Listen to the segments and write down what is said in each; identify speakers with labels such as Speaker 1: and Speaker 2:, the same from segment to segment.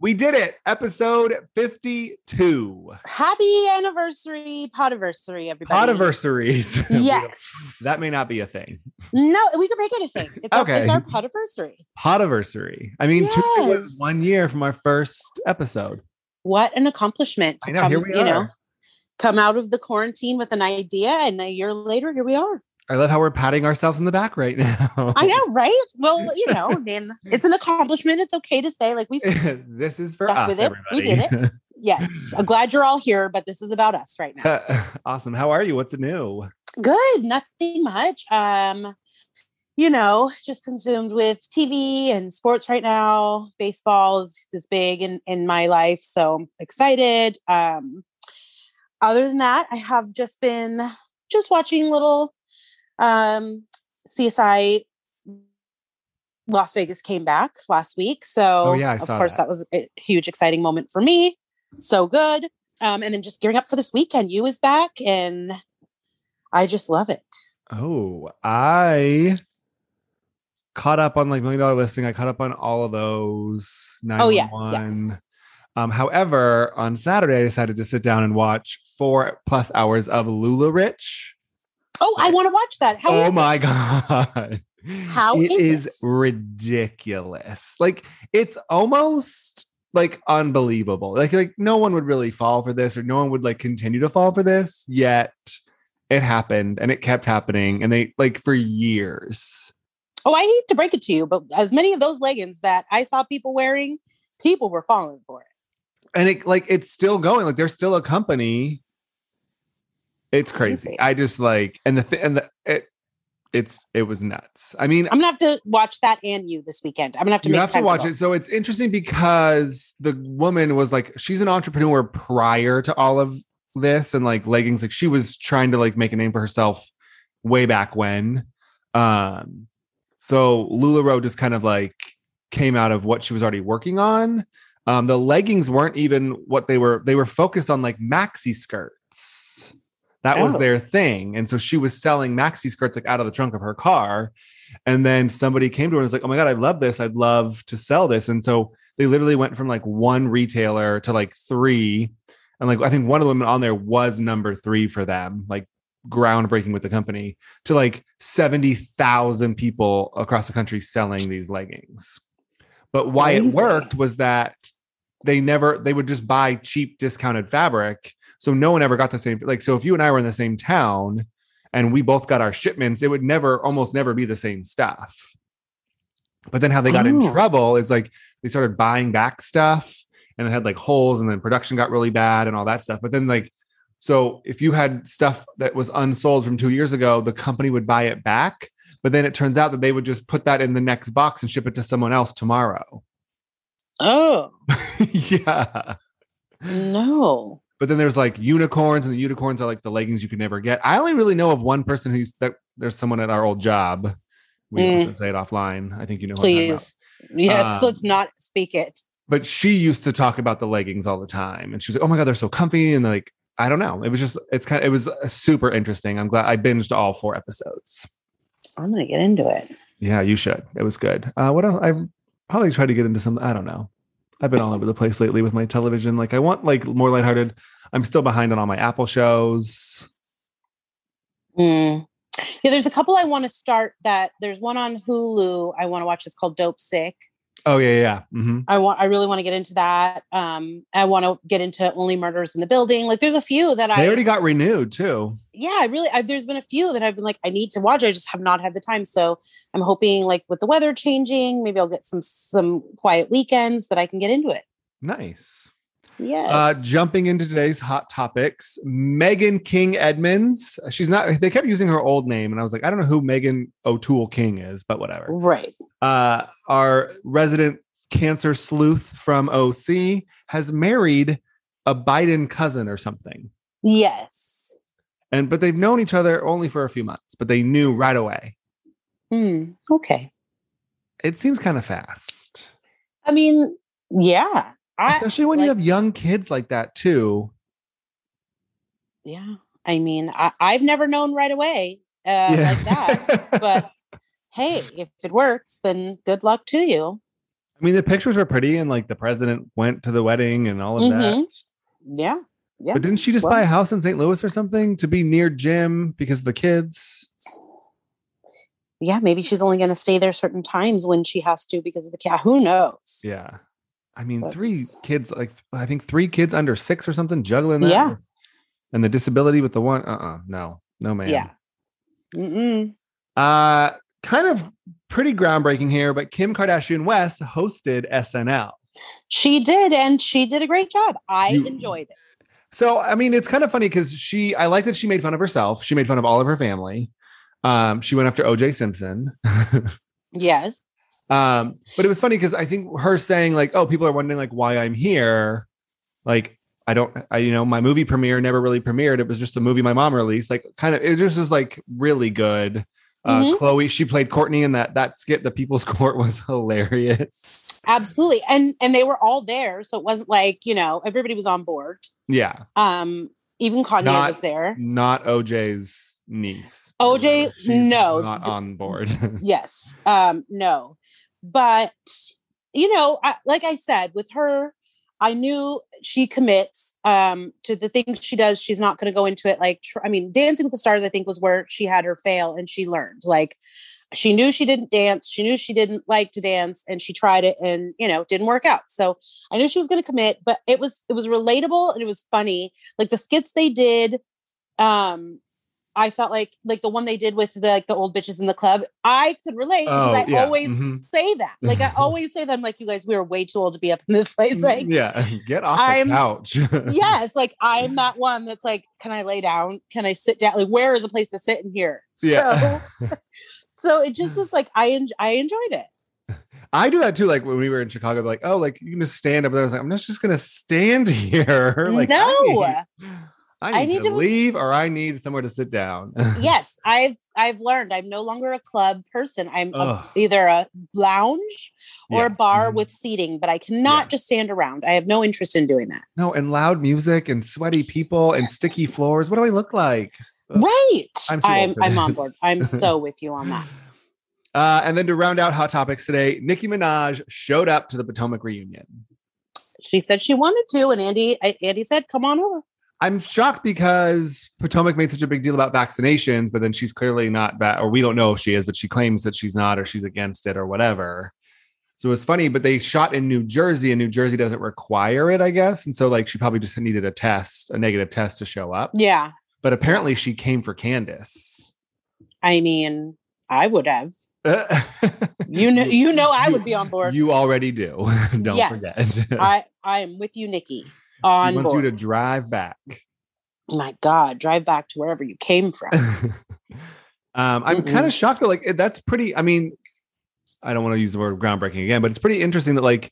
Speaker 1: We did it. Episode 52.
Speaker 2: Happy anniversary, podiversary, everybody.
Speaker 1: Podiversaries. We don't-
Speaker 2: Yes.
Speaker 1: that may not be a thing.
Speaker 2: no, we can make it a thing. It's, our,
Speaker 1: Okay.
Speaker 2: it's our podiversary.
Speaker 1: Podiversary. I mean, Tuesday was
Speaker 2: Yes.
Speaker 1: one year from our first episode.
Speaker 2: What an accomplishment. to
Speaker 1: I know.
Speaker 2: come,
Speaker 1: here we
Speaker 2: you
Speaker 1: are.
Speaker 2: know, come out of the quarantine with an idea, and a year later, here we are.
Speaker 1: I love how we're patting ourselves in the back right now.
Speaker 2: I know, right? Well, you know, I mean, it's an accomplishment. It's okay to say, like, we, s-
Speaker 1: this is for
Speaker 2: Stuck
Speaker 1: us,
Speaker 2: with it. We
Speaker 1: everybody. did
Speaker 2: yes, I'm glad you're all here, but this is about us right now.
Speaker 1: it. awesome. How are you? What's new?
Speaker 2: Good, nothing much. Um, you know, just consumed with TV and sports right now. Baseball is, is big in, in my life, so I'm excited. Um, other than that, I have just been just watching little um CSI Las Vegas came back last week. So
Speaker 1: Oh, yeah, I
Speaker 2: of
Speaker 1: saw
Speaker 2: course
Speaker 1: that.
Speaker 2: that. was a huge exciting moment for me. So good. Um, and then just gearing up for this weekend. You is back and I just love it.
Speaker 1: Oh, I caught up on like million dollar listing. I caught up on all of those.
Speaker 2: Oh, yes,
Speaker 1: 911.
Speaker 2: yes.
Speaker 1: Um, however, on Saturday, I decided to sit down and watch four plus hours of Lula Rich.
Speaker 2: Oh, I want to watch that. How
Speaker 1: oh
Speaker 2: is
Speaker 1: my
Speaker 2: it?
Speaker 1: god.
Speaker 2: How
Speaker 1: it is
Speaker 2: is it?
Speaker 1: ridiculous. Like it's almost like unbelievable. Like like no one would really fall for this or no one would like continue to fall for this, yet it happened and it kept happening and they like for years.
Speaker 2: Oh, I hate to break it to you, but as many of those leggings that I saw people wearing, people were falling for it.
Speaker 1: And it like it's still going. Like there's still a company. It's crazy.
Speaker 2: Crazy.
Speaker 1: I just like and the thi- and the it it's it was nuts. I mean,
Speaker 2: I'm gonna have to watch that and you this weekend. I'm gonna have to
Speaker 1: you
Speaker 2: make
Speaker 1: have to
Speaker 2: time for
Speaker 1: watch
Speaker 2: both.
Speaker 1: it. So it's interesting because the woman was like, she's an entrepreneur prior to all of this and like leggings. Like she was trying to like make a name for herself way back when. Um, so LuLaRoe just kind of like came out of what she was already working on. Um, the leggings weren't even what they were, they were focused on like maxi skirts. That was
Speaker 2: Oh.
Speaker 1: their thing. And so she was selling maxi skirts like out of the trunk of her car. And then somebody came to her and was like, Oh my God, I love this. I'd love to sell this. And so they literally went from like one retailer to like three. And like, I think one of the women on there was number three for them, like groundbreaking with the company to like 70,000 people across the country selling these leggings. But why it
Speaker 2: Crazy.
Speaker 1: worked was that they never, they would just buy cheap discounted fabric. So no one ever got the same. Like, so if you and I were in the same town and we both got our shipments, it would never, almost never be the same stuff. But then how they got in
Speaker 2: Oh.
Speaker 1: trouble is like they started buying back stuff and it had like holes and then production got really bad and all that stuff. But then like so if you had stuff that was unsold from two years ago, the company would buy it back. But then it turns out that they would just put that in the next box and ship it to someone else tomorrow.
Speaker 2: Oh
Speaker 1: yeah.
Speaker 2: no.
Speaker 1: But then there's like unicorns, and the unicorns are like the leggings you could never get. I only really know of one person who's that there's someone at our old job. We
Speaker 2: Mm.
Speaker 1: can say it offline. I think you know. who I'm talking about.
Speaker 2: Please. Yes,
Speaker 1: Um,
Speaker 2: let's not speak it.
Speaker 1: but she used to talk about the leggings all the time and she's like oh my god they're so comfy and like i don't know it was just it's kind of it was uh, super interesting i'm glad i binged all four episodes
Speaker 2: I'm gonna get into it.
Speaker 1: yeah you should it was good uh what else i probably try to get into some i don't know i've been all over the place lately with my television like i want like more lighthearted i'm still behind on all my apple shows
Speaker 2: Mm. Yeah, there's a couple I want to start that there's one on Hulu I want to watch. It's called Dope Sick.
Speaker 1: oh yeah yeah, yeah hmm
Speaker 2: I want I really want to get into that. Um, I want to get into Only Murders in the Building. Like there's a few that I
Speaker 1: they already got renewed too
Speaker 2: yeah, I really, I've, there's been a few that I've been like, I need to watch. I just have not had the time. So I'm hoping, like, with the weather changing, maybe I'll get some some quiet weekends that I can get into it.
Speaker 1: nice
Speaker 2: Yes.
Speaker 1: Uh, jumping into today's hot topics, Megan King Edmonds. She's not. They kept using her old name, and I was like, I don't know who Megan O'Toole King is, but whatever.
Speaker 2: right.
Speaker 1: Uh, our resident cancer sleuth from OC has married a Biden cousin or something.
Speaker 2: Yes.
Speaker 1: And but they've known each other only for a few months, but they knew right away.
Speaker 2: Hmm. Okay.
Speaker 1: It seems kind of fast.
Speaker 2: I mean, yeah. I,
Speaker 1: Especially when you
Speaker 2: like-
Speaker 1: have young kids like that too.
Speaker 2: yeah. I mean, I, I've never known right away uh, like that. But hey, if it works, then good luck to you.
Speaker 1: I mean the pictures were pretty and like the president went to the wedding and all of that.
Speaker 2: Mhm. Yeah. Yeah.
Speaker 1: But didn't she just
Speaker 2: Well-
Speaker 1: buy a house in St. Louis or something to be near Jim because of the kids?
Speaker 2: Yeah. Maybe she's only going to stay there certain times when she has to because of the cat. Who knows?
Speaker 1: Yeah. I mean, three
Speaker 2: That's-
Speaker 1: kids, like I think three kids under six or something, juggling that.
Speaker 2: Yeah.
Speaker 1: with- And the disability with the one. Uh uh No, no, man.
Speaker 2: Yeah. Mm-mm.
Speaker 1: Uh, kind of pretty groundbreaking here, but Kim Kardashian West hosted SNL.
Speaker 2: She did, and she did a great job. I
Speaker 1: You-
Speaker 2: enjoyed it.
Speaker 1: So, I mean, it's kind of funny because she, I like that she made fun of herself. She made fun of all of her family. Um, she went after OJ Simpson.
Speaker 2: Yes.
Speaker 1: Um, but it was funny because I think her saying like, "Oh, people are wondering like why I'm here," like I don't, I you know, my movie premiere never really premiered. It was just a movie my mom released. Like, kind of, it just was like really good. Uh,
Speaker 2: Mhm.
Speaker 1: Chloe, she played Courtney in that that skit. The People's Court was hilarious.
Speaker 2: Absolutely. And and they were all there. So it wasn't like, you know, everybody was on board.
Speaker 1: Yeah,
Speaker 2: Um, even Kanye
Speaker 1: Not- Mm.
Speaker 2: was there.
Speaker 1: not OJ's niece.
Speaker 2: OJ,
Speaker 1: She's
Speaker 2: no.
Speaker 1: not on board. Oh,
Speaker 2: Yes. Um, no. But you know, I, like I said, with her, I knew she commits um to the things she does. She's not going to go into it like tr- I mean, Dancing with the Stars I think was where she had her fail and she learned. Like she knew she didn't dance, she knew she didn't like to dance and she tried it and, you know, didn't work out. So, I knew she was going to commit, but it was it was relatable and it was funny. Like the skits they did um I felt like like the one they did with the like the old bitches in the club, I could relate because I always
Speaker 1: mhm.
Speaker 2: say that. Like I always say that I'm like, you guys, we are way too old to be up in this
Speaker 1: Mm,
Speaker 2: place. Like,
Speaker 1: yeah, get off
Speaker 2: I'm-
Speaker 1: the couch.
Speaker 2: yes, like I'm that one that's like, can I lay down? Can I sit down? Like, where is a place to sit in here?
Speaker 1: yeah.
Speaker 2: So, so it just was like I en- I enjoyed it.
Speaker 1: I do that too. Like when we were in Chicago, like, oh, like you can just stand up there. I was like, I'm not just gonna stand here. like,
Speaker 2: no,
Speaker 1: I need, I
Speaker 2: I
Speaker 1: need
Speaker 2: need
Speaker 1: to,
Speaker 2: to-
Speaker 1: leave, or I need somewhere to sit down.
Speaker 2: yes, I've I've learned I'm no longer a club person. I'm a-
Speaker 1: Ugh.
Speaker 2: either a lounge or
Speaker 1: Yeah.
Speaker 2: a bar
Speaker 1: Mhm.
Speaker 2: with seating, but I cannot
Speaker 1: Yeah.
Speaker 2: just stand around. I have no interest in doing that.
Speaker 1: no, and loud music and sweaty people and sticky floors. What do I look like? Ugh.
Speaker 2: Right.
Speaker 1: I'm
Speaker 2: I'm
Speaker 1: too old
Speaker 2: I'm,
Speaker 1: for
Speaker 2: on
Speaker 1: this.
Speaker 2: board. I'm so with you on that.
Speaker 1: Uh, and then to round out hot topics today, Nicki Minaj showed up to the Potomac reunion.
Speaker 2: She said she wanted to, and Andy I, Andy said, "Come on over."
Speaker 1: I'm shocked because Potomac made such a big deal about vaccinations, but then she's clearly not that, or we don't know if she is, but she claims that she's not, or she's against it, or whatever. So it's funny, but they shot in New Jersey, and New Jersey doesn't require it, I guess. And so, like, she probably just needed a test, a negative test to show up.
Speaker 2: Yeah.
Speaker 1: But apparently, she came for Candace.
Speaker 2: I mean, I would have.
Speaker 1: you
Speaker 2: You know, you know, I would be on board.
Speaker 1: You already do. don't
Speaker 2: Yes.
Speaker 1: forget.
Speaker 2: I I am with you, Nikki.
Speaker 1: she
Speaker 2: On
Speaker 1: wants
Speaker 2: board.
Speaker 1: you to drive back.
Speaker 2: My God, drive back to wherever you came from.
Speaker 1: um, I'm
Speaker 2: Mm-mm.
Speaker 1: kind of shocked that like it- that's pretty. I mean, I don't want to use the word groundbreaking again, but it's pretty interesting that like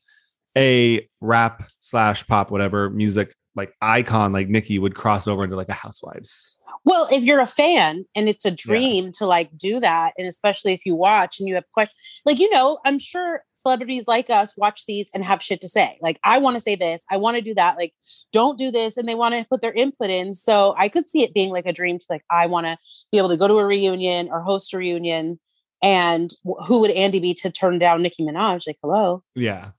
Speaker 1: a rap slash pop whatever music like icon like Nicki would cross over into like a Housewives.
Speaker 2: well, if you're a fan and it's a dream to like do that, and especially if you watch and you have questions, like you know, I'm sure celebrities like us watch these and have shit to say. Like, I want to say this, I want to do that. Like, don't do this, and they want to put their input in. So I could see it being like a dream to like, I want to be able to go to a reunion or host a reunion. And wh- who would Andy be to turn down Nicki Minaj? Like, hello.
Speaker 1: Yeah,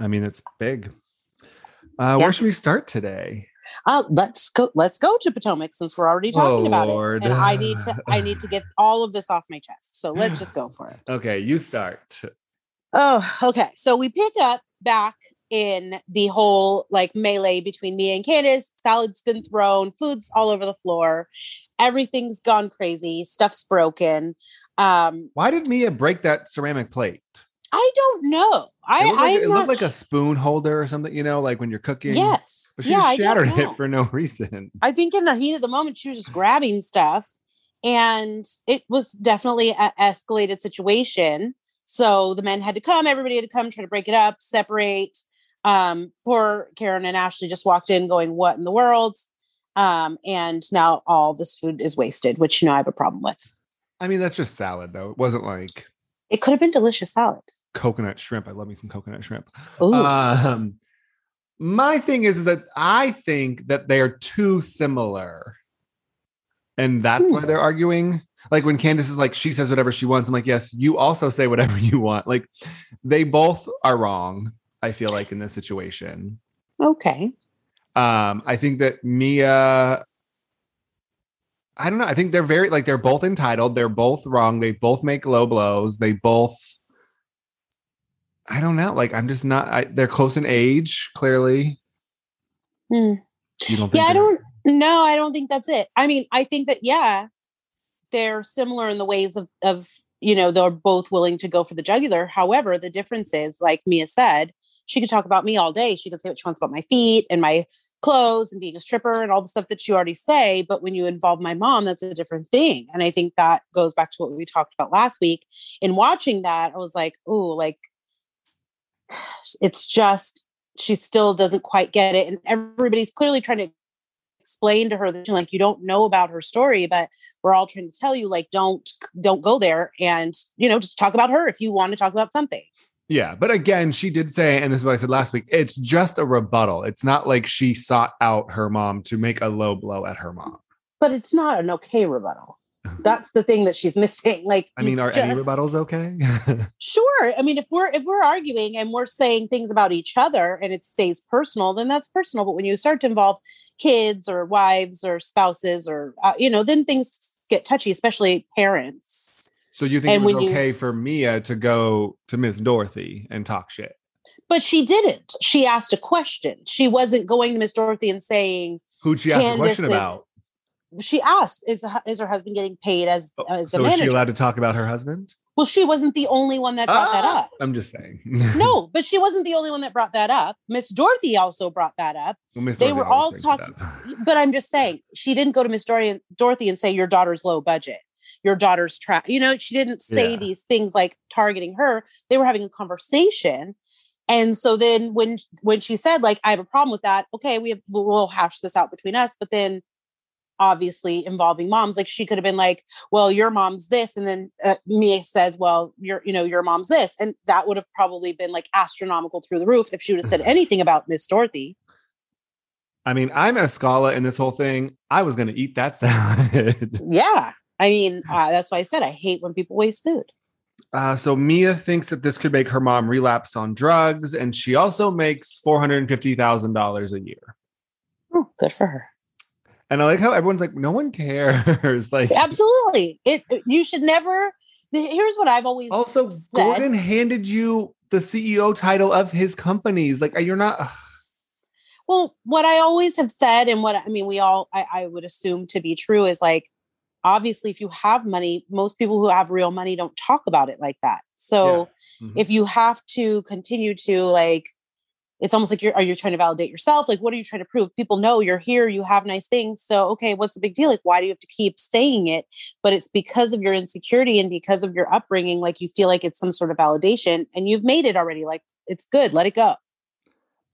Speaker 1: I mean it's big. Uh,
Speaker 2: Yeah.
Speaker 1: Where should we start today?
Speaker 2: Uh, let's go. Let's go to Potomac since we're already talking
Speaker 1: Oh,
Speaker 2: about
Speaker 1: Lord.
Speaker 2: it, and I need to. I need to get all of this off my chest. So let's just go for it.
Speaker 1: Okay, you start.
Speaker 2: Oh, okay. So we pick up back in the whole like melee between me and Candace. Salad's been thrown, food's all over the floor, everything's gone crazy, stuff's broken. Um,
Speaker 1: Why did Mia break that ceramic plate?
Speaker 2: I don't know. I
Speaker 1: It looked like,
Speaker 2: I'm
Speaker 1: it
Speaker 2: not
Speaker 1: looked like a
Speaker 2: sh-
Speaker 1: spoon holder or something. You know, like when you're cooking.
Speaker 2: yes.
Speaker 1: But she
Speaker 2: yeah,
Speaker 1: just
Speaker 2: I don't
Speaker 1: shattered
Speaker 2: know.
Speaker 1: it for no reason.
Speaker 2: I think in the heat of the moment, she was just grabbing stuff, and it was definitely an escalated situation. So the men had to come, everybody had to come, try to break it up, separate. Um, poor Karen and Ashley just walked in going, What in the world? Um, and now all this food is wasted, which you know I have a problem with.
Speaker 1: I mean, that's just salad though. It wasn't like
Speaker 2: It could have been delicious salad.
Speaker 1: coconut shrimp. I love me some coconut shrimp.
Speaker 2: Ooh.
Speaker 1: Um, my thing is, is that I think that they are too similar. And that's why
Speaker 2: Hmm.
Speaker 1: they're arguing. Like when Candace is like, she says whatever she wants. I'm like, yes, you also say whatever you want. Like they both are wrong, I feel like, in this situation.
Speaker 2: okay.
Speaker 1: Um, I think that Mia, I don't know. I think they're very like they're both entitled. They're both wrong. They both make low blows. They both, I don't know. Like I'm just not. I, they're close in age, clearly.
Speaker 2: Hmm.
Speaker 1: You don't. Think
Speaker 2: Yeah, I
Speaker 1: they're-
Speaker 2: don't no, I don't think that's it. I mean, I think that yeah, they're similar in the ways of of you know, they're both willing to go for the jugular. However, the difference is, like Mia said, she could talk about me all day. She could say what she wants about my feet and my clothes and being a stripper and all the stuff that you already say. But when you involve my mom, that's a different thing. And I think that goes back to what we talked about last week. In watching that, I was like, oh, like it's just she still doesn't quite get it. And everybody's clearly trying to explain to her that like you don't know about her story but we're all trying to tell you like don't don't go there and you know just talk about her if you want to talk about something
Speaker 1: Yeah, but again, she did say, and this is what I said last week. It's just a rebuttal. It's not like she sought out her mom to make a low blow at her mom.
Speaker 2: but it's not an okay rebuttal that's the thing that she's missing like
Speaker 1: I
Speaker 2: you
Speaker 1: mean, are any
Speaker 2: just-
Speaker 1: rebuttals okay?
Speaker 2: sure i mean if we're if we're arguing and we're saying things about each other and it stays personal then that's personal but when you start to involve kids or wives or spouses or uh, you know then things get touchy especially parents
Speaker 1: so you think
Speaker 2: And
Speaker 1: it was
Speaker 2: when you-
Speaker 1: okay for Mia to go to Miss Dorothy and talk shit?
Speaker 2: But she didn't. She asked a question. She wasn't going to Miss Dorothy and saying
Speaker 1: Who'd she ask the
Speaker 2: Candace
Speaker 1: question
Speaker 2: is-
Speaker 1: about?
Speaker 2: she asked, "Is is her husband getting paid as as a
Speaker 1: Oh, So is she
Speaker 2: manager?"
Speaker 1: allowed to talk about her husband?
Speaker 2: well, she wasn't the only one that brought that
Speaker 1: Ah!
Speaker 2: up.
Speaker 1: I'm just saying.
Speaker 2: No, but she wasn't the only one that brought that up. Miss Dorothy also brought that up.
Speaker 1: Miss
Speaker 2: They
Speaker 1: Dorothy
Speaker 2: were
Speaker 1: always
Speaker 2: all
Speaker 1: brings it
Speaker 2: talking-
Speaker 1: up.
Speaker 2: But I'm just saying, she didn't go to Miss Dor- Dorothy and say your daughter's low budget, your daughter's trap. You know, she didn't say
Speaker 1: Yeah.
Speaker 2: these things like targeting her. They were having a conversation. And so then when when she said like I have a problem with that, okay, we have we'll, we'll hash this out between us, but then obviously involving moms like she could have been like well your mom's this and then uh, mia says well your you know your mom's this and that would have probably been like astronomical through the roof if she would have said anything about miss dorothy
Speaker 1: I mean, I'm a scholar in this whole thing. I was going to eat that salad.
Speaker 2: Yeah. I mean, uh, that's why I said I hate when people waste food.
Speaker 1: Uh, so Mia thinks that this could make her mom relapse on drugs, and she also makes four hundred fifty thousand dollars a year.
Speaker 2: Oh, good for her.
Speaker 1: And I like how everyone's like, no one cares. like,
Speaker 2: Absolutely. It you should never th- here's what I've always
Speaker 1: also,
Speaker 2: said-
Speaker 1: Gordon handed you the CEO title of his companies. Like, you're not.
Speaker 2: well, what I always have said and what I mean we all I, I would assume to be true is like obviously if you have money, most people who have real money don't talk about it like that. So
Speaker 1: Mhm.
Speaker 2: if you have to continue to like it's almost like you're are you trying to validate yourself like what are you trying to prove people know you're here you have nice things so okay what's the big deal like why do you have to keep saying it but it's because of your insecurity and because of your upbringing like you feel like it's some sort of validation and you've made it already like it's good let it go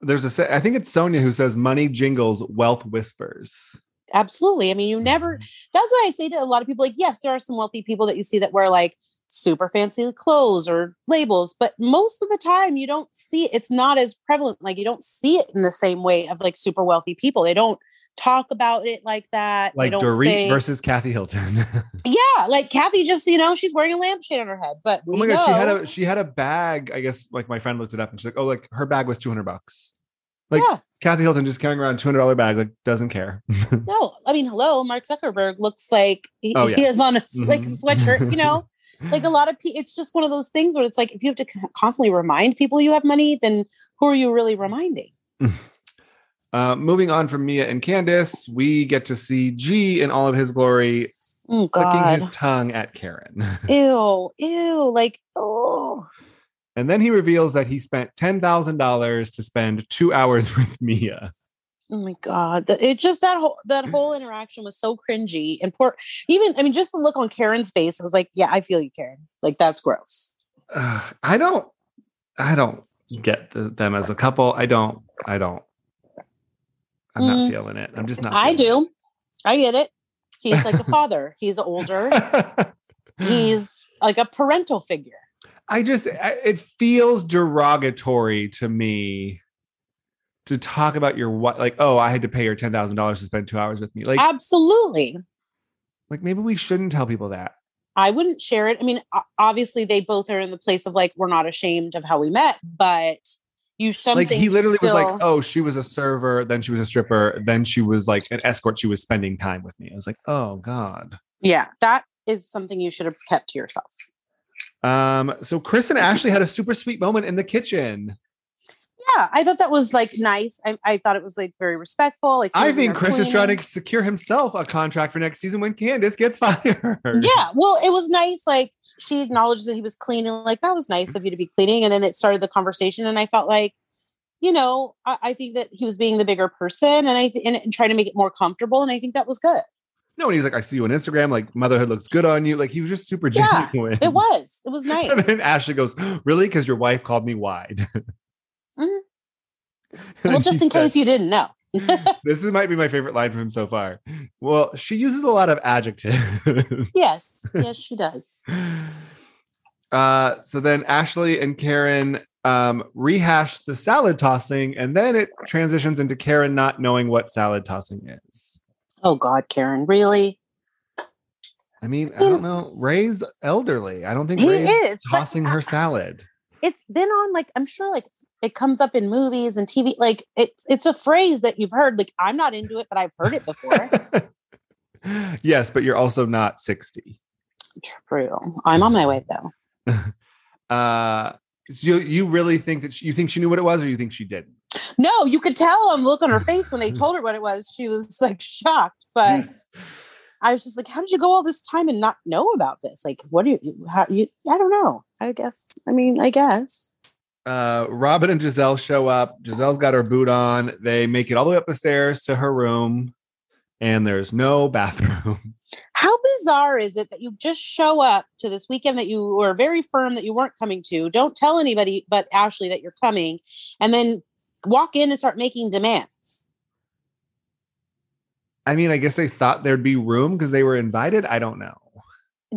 Speaker 1: There's a. sa- I think it's Sonia who says, "Money jingles, wealth whispers."
Speaker 2: absolutely i mean you never
Speaker 1: Mm-hmm.
Speaker 2: that's why I say to a lot of people, like, yes, there are some wealthy people that you see that wear like super fancy clothes or labels, but most of the time you don't see it's not as prevalent. Like you don't see it in the same way of like super wealthy people. They don't talk about it like that. they
Speaker 1: like
Speaker 2: don't
Speaker 1: Dorit
Speaker 2: say,
Speaker 1: versus Kathy Hilton.
Speaker 2: yeah, like Kathy just, you know, she's wearing a lampshade on her head. But we
Speaker 1: oh my god, she had
Speaker 2: know-
Speaker 1: a she had a bag. I guess like my friend looked it up and she's like, oh, like her bag was two hundred bucks. Like
Speaker 2: Yeah.
Speaker 1: Kathy Hilton just carrying around two hundred dollar bag, like doesn't care.
Speaker 2: no, I mean, hello, Mark Zuckerberg looks like he,
Speaker 1: Oh,
Speaker 2: he is on a like
Speaker 1: Mhm.
Speaker 2: sweatshirt, you know. like a lot of people it's just one of those things where it's like if you have to co- constantly remind people you have money then who are you really reminding
Speaker 1: Uh, moving on from Mia and Candace, we get to see G in all of his glory,
Speaker 2: oh
Speaker 1: clicking
Speaker 2: god
Speaker 1: his tongue at Karen,
Speaker 2: ew ew like oh
Speaker 1: and then he reveals that he spent ten thousand dollars to spend two hours with Mia.
Speaker 2: oh my god That- it just that whole that whole interaction was so cringy and poor even i mean just the look on karen's face i was like yeah i feel you karen like that's gross
Speaker 1: Ugh, Uh, I don't, I don't get the, them as a couple. I don't. I don't. I'm not feeling it. I'm just not.
Speaker 2: Mm. I
Speaker 1: feeling
Speaker 2: do. I get it. He's like a father. He's older.
Speaker 1: it.
Speaker 2: He's like a parental figure.
Speaker 1: I just. I, it feels derogatory to me to talk about your what. Like, oh, I had to pay her ten thousand dollars to spend two hours with me. Like,
Speaker 2: Absolutely.
Speaker 1: like maybe we shouldn't tell people that.
Speaker 2: I wouldn't share it. I mean, o- obviously they both are in the place of like we're not ashamed of how we met, but you something
Speaker 1: like he literally
Speaker 2: still,
Speaker 1: was like, "Oh, she was a server, then she was a stripper, then she was like an escort. She was spending time with me." I was like, "Oh God."
Speaker 2: yeah, that is something you should have kept to yourself.
Speaker 1: Um. So Chris and Ashley had a super sweet moment in the kitchen.
Speaker 2: Yeah, I thought that was like nice. I, I thought it was like very respectful. Like he
Speaker 1: I
Speaker 2: was in
Speaker 1: think
Speaker 2: there
Speaker 1: Chris is trying
Speaker 2: cleaning.
Speaker 1: to secure himself a contract for next season when Candace gets fired.
Speaker 2: Yeah, well, it was nice. Like she acknowledged that he was cleaning. Like that was nice of you to be cleaning, and then it started the conversation. And I felt like, you know, I, I think that he was being the bigger person, and I th- and trying to make it more comfortable. And I think that was good.
Speaker 1: No, and he's like, "I see you on Instagram. Like motherhood looks good on you." Like he was just super
Speaker 2: Yeah,
Speaker 1: genuine.
Speaker 2: It was. It was nice.
Speaker 1: And then Ashley goes, "Really? Because your wife called me wide."
Speaker 2: Mhm.
Speaker 1: And
Speaker 2: well,
Speaker 1: then
Speaker 2: just
Speaker 1: he
Speaker 2: in
Speaker 1: said-
Speaker 2: case you didn't know.
Speaker 1: this is, might be my favorite line from him so far. Well, she uses a lot of adjectives.
Speaker 2: Yes, yes, she does.
Speaker 1: uh, so then Ashley and Karen um, rehash the salad tossing, and then it transitions into Karen not knowing what salad tossing is.
Speaker 2: Oh God, Karen, really?
Speaker 1: I mean, I don't know. Ray's elderly. I don't think
Speaker 2: He
Speaker 1: Ray's
Speaker 2: is, but-
Speaker 1: tossing her salad.
Speaker 2: It's been on like I'm sure like it comes up in movies and TV. Like it's it's a phrase that you've heard. Like I'm not into it, but I've heard it before.
Speaker 1: yes, but you're also not 60.
Speaker 2: True. I'm on my way though.
Speaker 1: Uh, so you, you really think that she, you think she knew what it was, or you think she didn't?
Speaker 2: No, you could tell on the look on her face when they told her what it was. She was like shocked, but
Speaker 1: Mm.
Speaker 2: I was just like, "How did you go all this time and not know about this? Like, what do you? How you? I don't know. I guess. I mean, I guess.
Speaker 1: uh, Robin and Giselle show up. Giselle's got her boot on. They make it all the way up the stairs to her room, and there's no bathroom.
Speaker 2: How bizarre is it that you just show up to this weekend that you were very firm that you weren't coming to? Don't tell anybody but Ashley that you're coming, and then walk in and start making demands.
Speaker 1: I mean, I guess they thought there'd be room because they were invited. I don't know.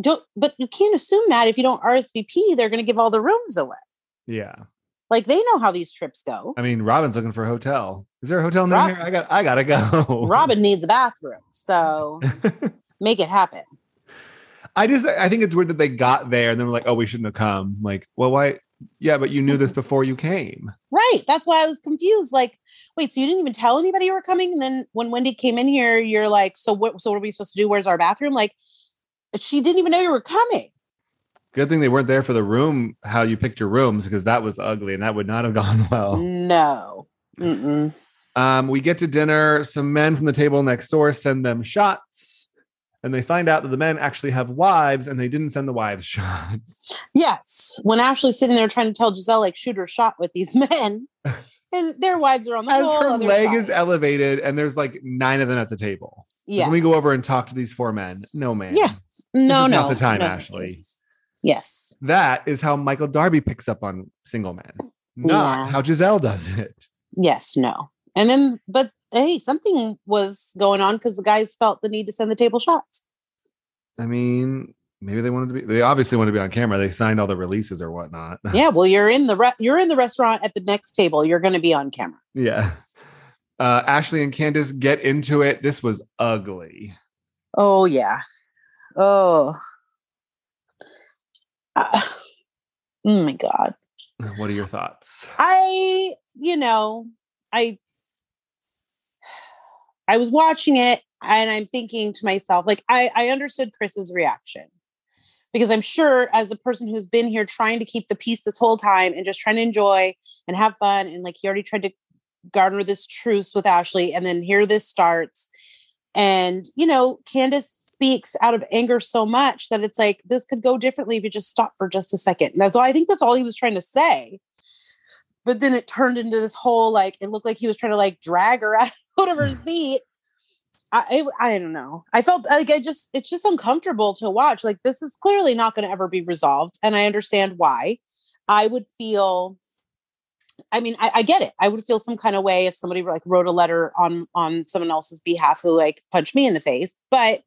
Speaker 2: Don't. But you can't assume that if you don't RSVP, they're going to give all the rooms away.
Speaker 1: Yeah,
Speaker 2: Like they know how these trips go.
Speaker 1: I mean, Robin's looking for a hotel. Is there a hotel near
Speaker 2: Rob-
Speaker 1: here? I got. I gotta go.
Speaker 2: Robin needs a bathroom, so make it happen.
Speaker 1: I just. I think it's weird that they got there and then were like, "Oh, we shouldn't have come." Like, well, why? Yeah, but you knew this before you came.
Speaker 2: Right. That's why I was confused. Like, wait, so you didn't even tell anybody you were coming? And then when Wendy came in here, you're like, so what so what are we supposed to do? Where's our bathroom? Like, uh, she didn't even know you were coming.
Speaker 1: Good thing they weren't there for the room. How you picked your rooms because that was ugly and that would not have gone well.
Speaker 2: No. Mm-mm.
Speaker 1: Um, we get to dinner. Some men from the table next door send them shots, and they find out that the men actually have wives, and they didn't send the wives shots.
Speaker 2: Yes. When Ashley's sitting there trying to tell Giselle, like, shoot her shot with these men, and their wives are on the
Speaker 1: As
Speaker 2: whole
Speaker 1: her
Speaker 2: other
Speaker 1: leg
Speaker 2: side.
Speaker 1: is elevated, and there's like nine of them at the table. Like,
Speaker 2: Yes.
Speaker 1: Let me go over and talk to these four men. No man.
Speaker 2: Yeah. No,
Speaker 1: is
Speaker 2: no.
Speaker 1: not the time,
Speaker 2: no.
Speaker 1: Ashley.
Speaker 2: Yes.
Speaker 1: That is how Michael Darby picks up on single men, not
Speaker 2: Yeah.
Speaker 1: how Giselle does it.
Speaker 2: Yes, no. And then, but hey, something was going on because the guys felt the need to send the table shots.
Speaker 1: I mean, maybe they wanted to be. They obviously wanted to be on camera. They signed all the releases or whatnot.
Speaker 2: yeah, well, you're in the re- you're in the restaurant at the next table. You're going to be on camera.
Speaker 1: Yeah. Uh, Ashley and Candace get into it. This was ugly.
Speaker 2: Oh yeah. Oh. Ah. oh my god.
Speaker 1: What are your thoughts?
Speaker 2: I, you know, I I was watching it and I'm thinking to myself, like I I understood Chris's reaction. Because I'm sure as a person who's been here trying to keep the peace this whole time and just trying to enjoy and have fun and like he already tried to garner this truce with Ashley and then here this starts and you know, Candace speaks out of anger so much that it's like this could go differently if you just stop for just a second. And that's all I think that's all he was trying to say but then it turned into this whole like it looked like he was trying to like drag her out of her seat I, I I don't know. I felt like I just it's just uncomfortable to watch. Like this is clearly not going to ever be resolved and I understand why. I would feel I mean, I, I get it. I would feel some kind of way if somebody like wrote a letter on on someone else's behalf who like punched me in the face. But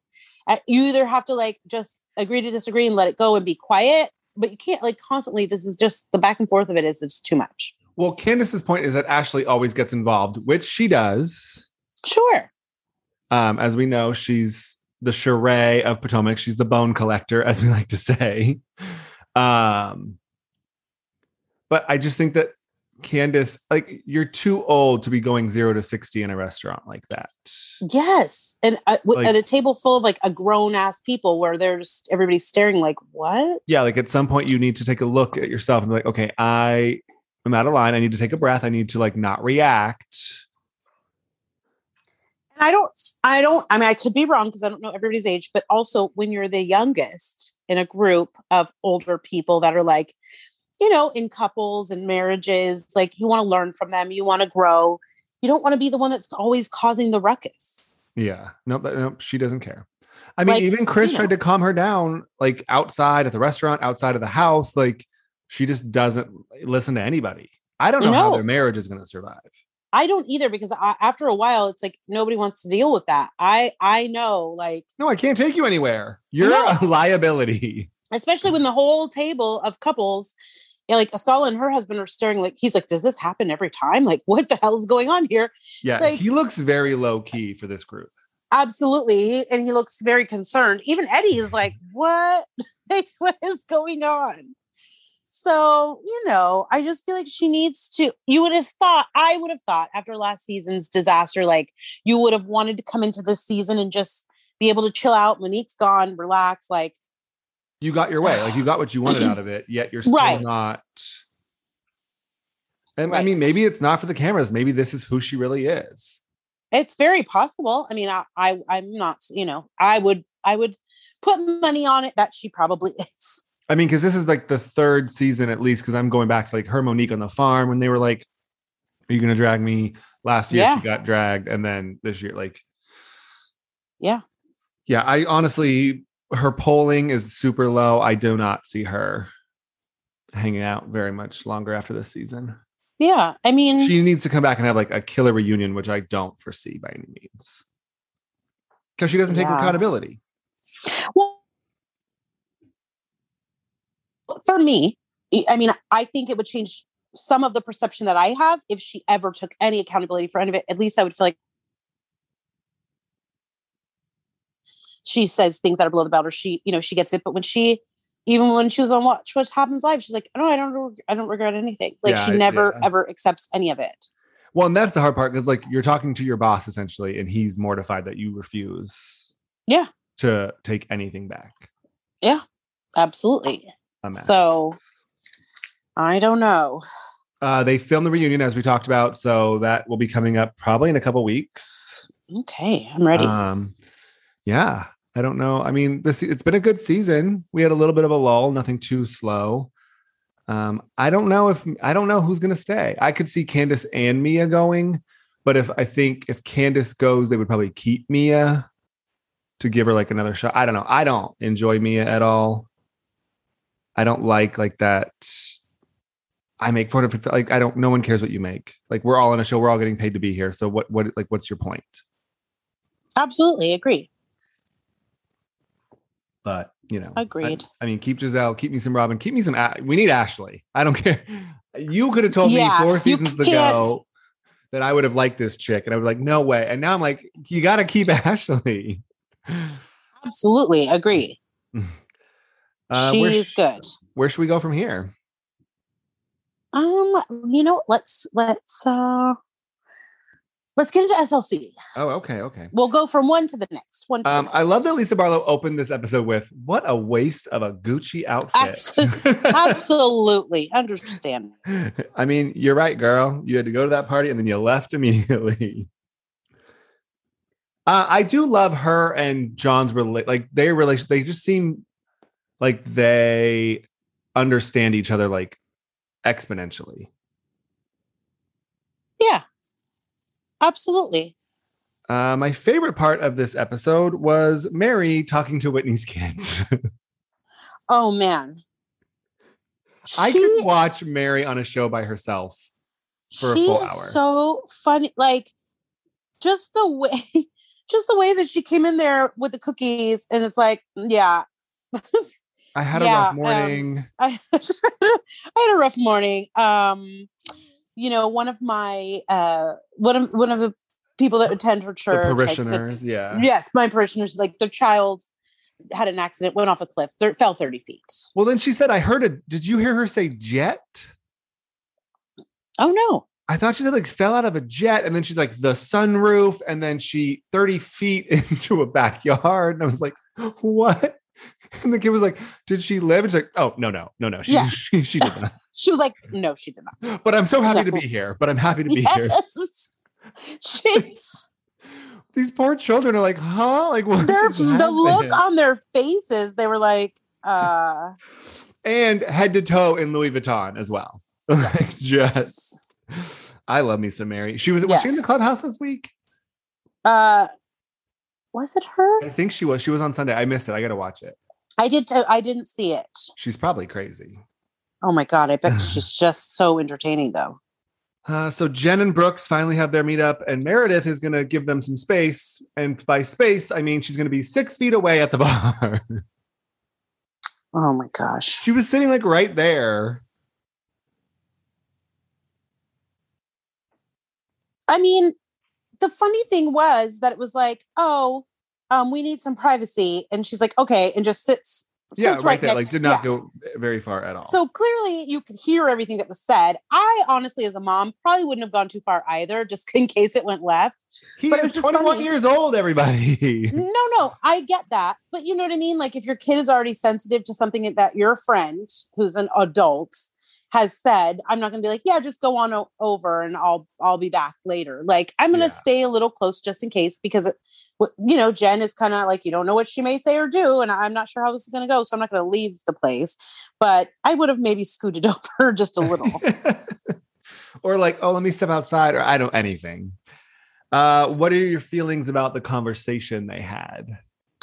Speaker 2: uh, you either have to like just agree to disagree and let it go and be quiet, but you can't like constantly. This is just the back and forth of it is it's too much.
Speaker 1: Well, Candace's point is that Ashley always gets involved, which she does.
Speaker 2: Sure.
Speaker 1: Um, as we know, she's the charade of Potomac. She's the bone collector, as we like to say. Um, but I just think that Candace, like, you're too old to be going zero to 60 in a restaurant like that.
Speaker 2: Yes. And uh, w-
Speaker 1: Like-
Speaker 2: at a table full of like a grown ass people where they're just everybody's staring like, what?
Speaker 1: Yeah. Like, at some point, you need to take a look at yourself and be like, okay, I am out of line. I need to take a breath. I need to, like, not react.
Speaker 2: And I don't, I don't, I mean, I could be wrong because I don't know everybody's age, but also when you're the youngest in a group of older people that are like, you know, in couples and marriages, like you want to learn from them, you want to grow. You don't want to be the one that's always causing the ruckus.
Speaker 1: Yeah. Nope. that- Nope. She doesn't care. I mean,
Speaker 2: Like,
Speaker 1: even Chris
Speaker 2: you
Speaker 1: tried
Speaker 2: know.
Speaker 1: to calm her down, like outside at the restaurant, outside of the house. Like, she just doesn't listen to anybody. I don't know how
Speaker 2: No.
Speaker 1: their marriage is going to survive.
Speaker 2: I don't either because I, after a while, it's like nobody wants to deal with that. I I know, like
Speaker 1: No, I can't take you anywhere. You're
Speaker 2: No.
Speaker 1: a liability.
Speaker 2: especially when the whole table of couples, you know, like Escala and her husband are staring. Like he's like, does this happen every time? Like what the hell's going on here?
Speaker 1: Yeah.
Speaker 2: Like-
Speaker 1: he looks very low key for this group.
Speaker 2: Absolutely. He- And he looks very concerned. Even Eddie is like, what? Like, what is going on? So, you know, I just feel like she needs to. You would have thought, I would have thought after last season's disaster, like you would have wanted to come into this season and just be able to chill out. Monique's gone, relax. Like,
Speaker 1: You got your way. Like, you got what you wanted out of it, yet you're still
Speaker 2: Right.
Speaker 1: not. And I
Speaker 2: Right.
Speaker 1: mean, maybe it's not for the cameras. Maybe this is who she really is.
Speaker 2: it's very possible. I mean, I, I I'm not, you know, I would, I would put money on it that she probably is.
Speaker 1: I mean, because this is like the third season at least, because I'm going back to like her Monique on the farm when they were like, Are you gonna drag me? Last year she
Speaker 2: Yeah.
Speaker 1: got dragged, and then this year, like
Speaker 2: Yeah.
Speaker 1: Yeah, I honestly her polling is super low. I do not see her hanging out very much longer after this season.
Speaker 2: Yeah. I mean,
Speaker 1: She needs to come back and have like a killer reunion, which I don't foresee by any means. Because she doesn't take
Speaker 2: Yeah.
Speaker 1: accountability.
Speaker 2: Well, for me, e, I- I mean, I think it would change some of the perception that I have if she ever took any accountability for any of it. At least I would feel like she says things that are below the belt, or she, you know, she gets it. But when she, even when she was on Watch What Happens Live, she's like, "No, I don't, reg- I don't regret anything." Like
Speaker 1: Yeah,
Speaker 2: she
Speaker 1: I-
Speaker 2: never
Speaker 1: yeah.
Speaker 2: ever accepts any of it.
Speaker 1: Well, and that's the hard part because like you're talking to your boss essentially, and he's mortified that you refuse.
Speaker 2: Yeah.
Speaker 1: To take anything back.
Speaker 2: Absolutely.
Speaker 1: A mess.
Speaker 2: So I don't know.
Speaker 1: uh, they filmed the reunion as we talked about, so that will be coming up probably in a couple weeks.
Speaker 2: Okay, I'm ready.
Speaker 1: Um, yeah, I don't know. I mean, this it's been a good season. We had a little bit of a lull, nothing too slow. Um, I don't know if I don't know who's gonna stay. I could see Candace and Mia going, but if I think if Candace goes, they would probably keep Mia to give her like another shot. I don't know. I don't enjoy Mia at all. I don't like like that. I make fun of like I don't. No one cares what you make. Like we're all in a show. We're all getting paid to be here. So what? What? Like what's your point?
Speaker 2: Absolutely agree.
Speaker 1: but you know, I-
Speaker 2: Agreed.
Speaker 1: I, mean, keep Giselle, keep me some Robin, keep me some. A- we need Ashley. I don't care. You could have told
Speaker 2: Yeah,
Speaker 1: me four
Speaker 2: you
Speaker 1: seasons
Speaker 2: can't-
Speaker 1: ago that I would have liked this chick, and I was like, no way. And now I'm like, you got to keep Ashley.
Speaker 2: Absolutely agree.
Speaker 1: Uh, where,
Speaker 2: She's
Speaker 1: sh-
Speaker 2: good.
Speaker 1: where should we go from here?
Speaker 2: Um, you know, let's let's uh let's get into SLC.
Speaker 1: Oh, okay, okay.
Speaker 2: We'll go from one to the next. One to
Speaker 1: Um,
Speaker 2: the
Speaker 1: I love that Lisa Barlow opened this episode with "What a waste of a Gucci outfit."
Speaker 2: next. Absolutely understand.
Speaker 1: I mean, you're right, girl. You had to go to that party and then you left immediately. Uh, I do love her and John's relate, like their relation. They just seem like they understand each other like exponentially.
Speaker 2: Yeah. Absolutely.
Speaker 1: Uh, my favorite part of this episode was Mary talking to Whitney's kids.
Speaker 2: Oh man.
Speaker 1: I
Speaker 2: She-
Speaker 1: could watch Mary on a show by herself for
Speaker 2: she
Speaker 1: a full
Speaker 2: is
Speaker 1: hour.
Speaker 2: so funny. Like just the way, just the way that she came in there with the cookies, and it's like, yeah,
Speaker 1: I had a
Speaker 2: yeah,
Speaker 1: rough
Speaker 2: um,
Speaker 1: morning.
Speaker 2: I, I had a rough morning. Um, you know, one of my uh, one of one of the people that attend her
Speaker 1: the
Speaker 2: church, like,
Speaker 1: parishioners, yeah.
Speaker 2: yes, my parishioners, like their child had an accident, went off a cliff, thir- fell thirty feet.
Speaker 1: Well, then she said, "I heard it. Did you hear her say jet?"
Speaker 2: Oh no!
Speaker 1: I thought she said like fell out of a jet, and then she's like the sunroof, and then she thirty feet into a backyard, and I was like, "What?" And the kid was like, "Did she live?" And she's like, "Oh no, no, no, no, she
Speaker 2: Yeah.
Speaker 1: she, she did not."
Speaker 2: She was like, no, she did not.
Speaker 1: But I'm so happy to
Speaker 2: No.
Speaker 1: be here. But I'm happy to be here.
Speaker 2: Yes. Jeez.
Speaker 1: These poor children are like, "Huh?" Like, what?
Speaker 2: their
Speaker 1: just
Speaker 2: the look
Speaker 1: happened?
Speaker 2: on their faces they were like uh
Speaker 1: and head to toe in Louis Vuitton as well. Like, just, I love me some Mary. She was was she in the
Speaker 2: Yes.
Speaker 1: clubhouse this week?
Speaker 2: uh was it her
Speaker 1: I think she was. She was on Sunday. I missed it. I got to watch it.
Speaker 2: i did t- i didn't see it
Speaker 1: She's probably crazy.
Speaker 2: oh my god i bet she's just so entertaining though
Speaker 1: Uh, so Jen and Brooks finally have their meetup, and Meredith is going to give them some space. And by space, I mean she's going to be six feet away at the bar.
Speaker 2: oh my gosh
Speaker 1: she was sitting like right there.
Speaker 2: i mean the funny thing was that it was like oh um we need some privacy and she's like okay and just sits
Speaker 1: Yeah,
Speaker 2: sits
Speaker 1: right, there.
Speaker 2: next-
Speaker 1: Like did not
Speaker 2: yeah.
Speaker 1: go very far at all.
Speaker 2: So clearly, you could hear everything that was said. I honestly, as a mom, probably wouldn't have gone too far either, just in case it went left.
Speaker 1: he
Speaker 2: but it
Speaker 1: is
Speaker 2: was just
Speaker 1: 21
Speaker 2: funny.
Speaker 1: years old, everybody.
Speaker 2: no, no, I get that. But you know what I mean? Like if your kid is already sensitive to something that your friend, who's an adult, has said, I'm not going to be like, yeah, just go on o- over and I'll I'll be back later. Like I'm going to
Speaker 1: Yeah.
Speaker 2: stay a little close just in case because it, wh- you know, Jen is kind of like you don't know what she may say or do and I'm not sure how this is going to go, so I'm not going to leave the place. But I would have maybe scooted over just a little.
Speaker 1: or like, oh, let me step outside, or I don't anything. Uh, what are your feelings about the conversation they had?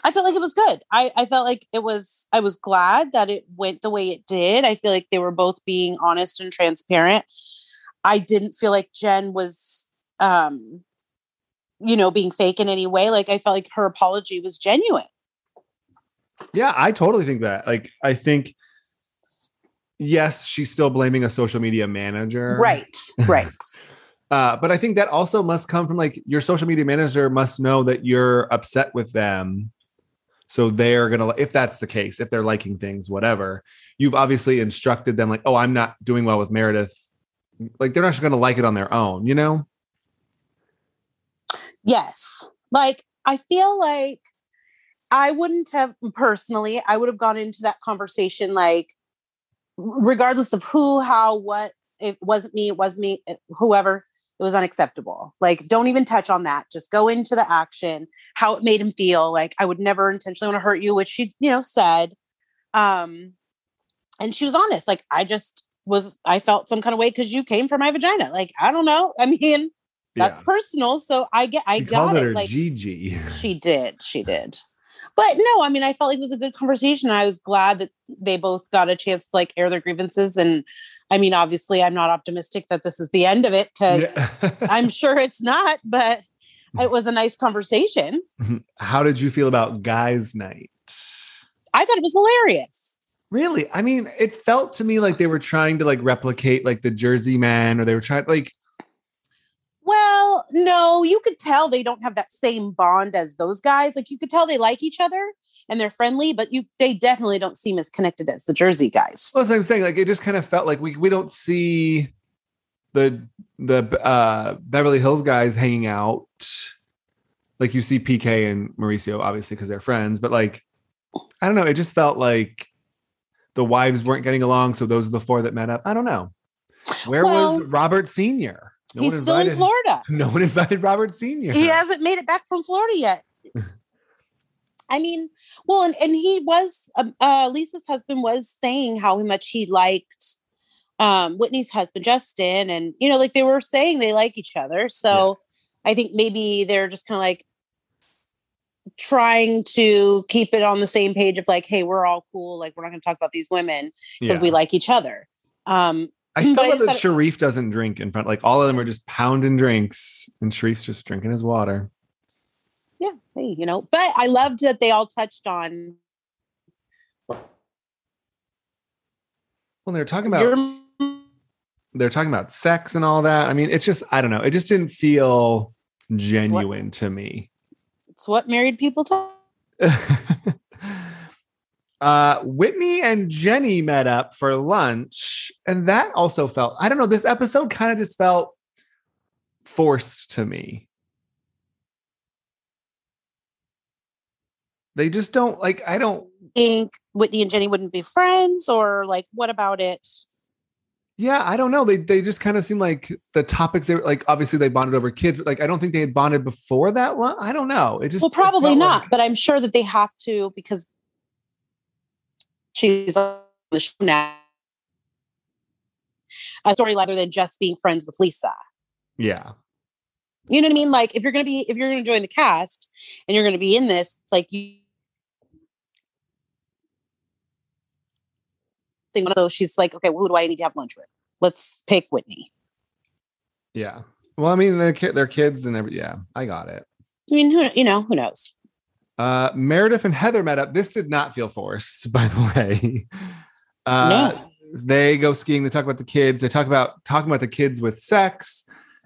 Speaker 2: I felt like it was good. I, I felt like it was, I was glad that it went the way it did. I feel like they were both being honest and transparent. I didn't feel like Jen was, um, you know, being fake in any way. Like I felt like her apology was genuine.
Speaker 1: Yeah, I totally think that. Like, I think yes, she's still blaming a social media manager,
Speaker 2: Right. Right.
Speaker 1: Uh, but I think that also must come from like your social media manager must know that you're upset with them. So they're gonna, if that's the case, if they're liking things, whatever, you've obviously instructed them, like, oh, I'm not doing well with Meredith. Like, they're not just gonna like it on their own, you know?
Speaker 2: yes. Like I feel like I wouldn't have personally, I would have gone into that conversation like, regardless of who, how, what, it wasn't me, it was me, it- whoever, it was unacceptable. Like, don't even touch on that. Just go into the action, how it made him feel. Like, I would never intentionally want to hurt you, which she, you know, said. Um, and she was honest. Like, I just was, I felt some kind of way because you came from my vagina. Like, I don't know. I mean, that's personal. So I get, I
Speaker 1: She
Speaker 2: got
Speaker 1: called
Speaker 2: it.
Speaker 1: her
Speaker 2: like,
Speaker 1: Gigi.
Speaker 2: she did. She did. But no, I mean, I felt like it was a good conversation. I was glad that they both got a chance to like air their grievances. And I mean, obviously, I'm not optimistic that this is the end of it because
Speaker 1: Yeah.
Speaker 2: I'm sure it's not, but it was a nice conversation.
Speaker 1: How did you feel about guys' night?
Speaker 2: I thought it was hilarious.
Speaker 1: Really? I mean, it felt to me like they were trying to like replicate like the Jersey Man, or they were trying like
Speaker 2: Well, no, you could tell they don't have that same bond as those guys. Like you could tell they like each other and they're friendly, but you they definitely don't seem as connected as the Jersey guys.
Speaker 1: Well, that's what I'm saying. Like it just kind of felt like we we don't see the the uh Beverly Hills guys hanging out. Like you see PK and Mauricio, obviously, because they're friends, but like I don't know, it just felt like the wives weren't getting along, so those are the four that met up. I don't know. Where
Speaker 2: Well,
Speaker 1: was Robert Sr.? No
Speaker 2: He's
Speaker 1: one
Speaker 2: still in
Speaker 1: invited-
Speaker 2: Florida.
Speaker 1: No one invited Robert Sr.
Speaker 2: he hasn't made it back from Florida yet. I mean, well, and, and he was um, uh, Lisa's husband was saying how much he liked um, Whitney's husband Justin, and you know, like they were saying they like each other. So I think maybe they're just kind of like trying to keep it on the same page of like, hey, we're all cool. Like we're not going to talk about these women because
Speaker 1: Yeah.
Speaker 2: we like each other. Um,
Speaker 1: I still
Speaker 2: But I
Speaker 1: love
Speaker 2: just
Speaker 1: that
Speaker 2: thought-
Speaker 1: Sharif doesn't drink in front. Like all of them are just pounding drinks, and Sharif's just drinking his water.
Speaker 2: yeah, hey, you know. But I loved that they all touched on
Speaker 1: Well, they're talking about
Speaker 2: your
Speaker 1: they're talking about sex and all that. I mean, it's just I don't know. It just didn't feel genuine to me.
Speaker 2: it's what married people talk.
Speaker 1: uh, Whitney and Jenny met up for lunch, and that also felt I don't know. This episode kind of just felt forced to me. They just don't like. I don't.
Speaker 2: Think Whitney and Jenny wouldn't be friends, or like what about it?
Speaker 1: Yeah, I don't know. They they just kind of seem like the topics they were like. Obviously, they bonded over kids, but like I don't think they had bonded before that one. I don't know. It just uh,
Speaker 2: well,
Speaker 1: it felt
Speaker 2: probably not,
Speaker 1: like-
Speaker 2: but I'm sure that they have to because she's on the show now. A story rather than just being friends with Lisa.
Speaker 1: yeah,
Speaker 2: You know what I mean? Like if you're gonna be if you're gonna join the cast and you're gonna be in this, it's like you thing. So she's like, okay, who do I need to have lunch with? Let's pick Whitney.
Speaker 1: yeah. Well, I mean, they're, ki- they're kids and every. Yeah, I got it.
Speaker 2: I mean, who you know, who knows?
Speaker 1: Uh, Meredith and Heather met up. This did not feel forced, by the way. Uh,
Speaker 2: no.
Speaker 1: They go skiing. They talk about the kids. They talk about talking about the kids with sex,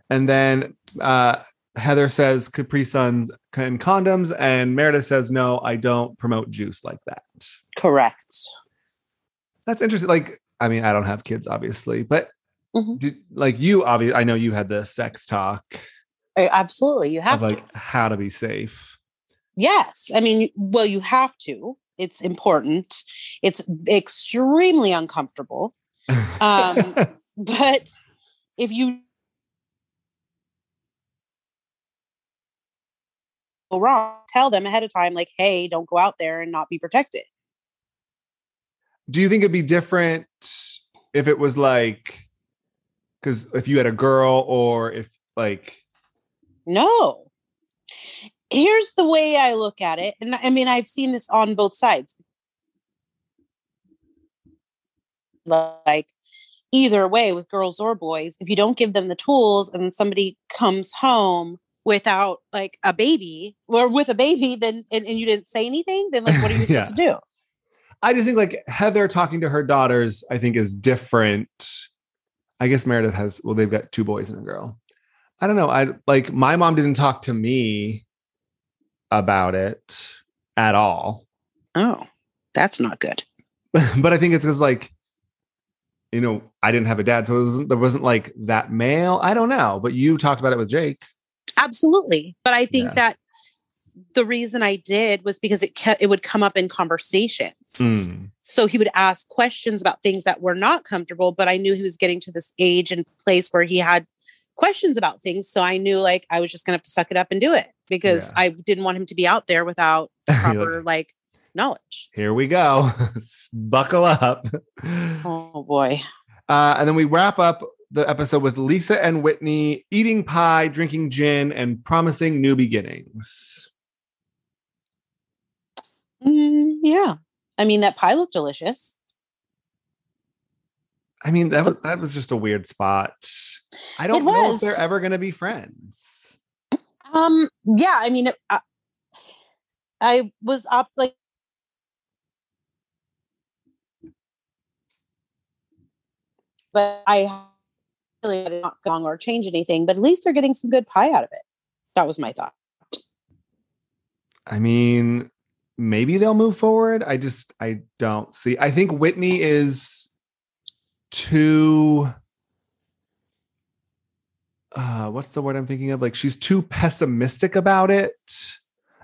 Speaker 1: and then uh, Heather says Capri Suns and condoms, and Meredith says, "No, I don't promote juice like that."
Speaker 2: Correct.
Speaker 1: That's interesting. Like, I mean, I don't have kids, obviously, but
Speaker 2: Mhm.
Speaker 1: did, like you, obviously, I know you had the sex talk
Speaker 2: Uh, Absolutely. You have
Speaker 1: of
Speaker 2: to.
Speaker 1: like how to be safe.
Speaker 2: Yes. I mean, well, you have to. It's important. It's extremely uncomfortable. Um, but if you go wrong, tell them ahead of time, like, hey, don't go out there and not be protected.
Speaker 1: do you think it'd be different if it was like because if you had a girl or if like
Speaker 2: No. Here's the way I look at it. And I mean, I've seen this on both sides. Like, either way, with girls or boys, if you don't give them the tools and somebody comes home without like a baby or with a baby, then and, and you didn't say anything, then like, what are you
Speaker 1: Yeah.
Speaker 2: supposed to do?
Speaker 1: i just think like heather talking to her daughters i think is different i guess meredith has well they've got two boys and a girl i don't know i like my mom didn't talk to me about it at all
Speaker 2: Oh, that's not good.
Speaker 1: but i think it's because like you know i didn't have a dad so it wasn't, there wasn't like that male i don't know but you talked about it with jake
Speaker 2: Absolutely. But I think
Speaker 1: Yeah.
Speaker 2: that the reason I did was because it kept, it would come up in conversations. So he would ask questions about things that were not comfortable, but I knew he was getting to this age and place where he had questions about things. So I knew like I was just gonna have to suck it up and do it because
Speaker 1: Yeah.
Speaker 2: I didn't want him to be out there without
Speaker 1: You're like,
Speaker 2: proper like knowledge.
Speaker 1: here we go. Buckle up. Uh,
Speaker 2: Oh boy.
Speaker 1: and then we wrap up the episode with Lisa and Whitney eating pie, drinking gin, and promising new beginnings.
Speaker 2: Mm, yeah. I mean that pie looked delicious.
Speaker 1: I mean, that was, that was just a weird spot. I don't know if
Speaker 2: was.
Speaker 1: they're ever going to be friends.
Speaker 2: Um yeah, I mean I, I was up like but I really did not gong or change anything, but at least they're getting some good pie out of it. That was my thought.
Speaker 1: I mean, maybe they'll move forward. I just I don't see. I think Whitney is too uh what's the word I'm thinking of? Like she's too pessimistic about it.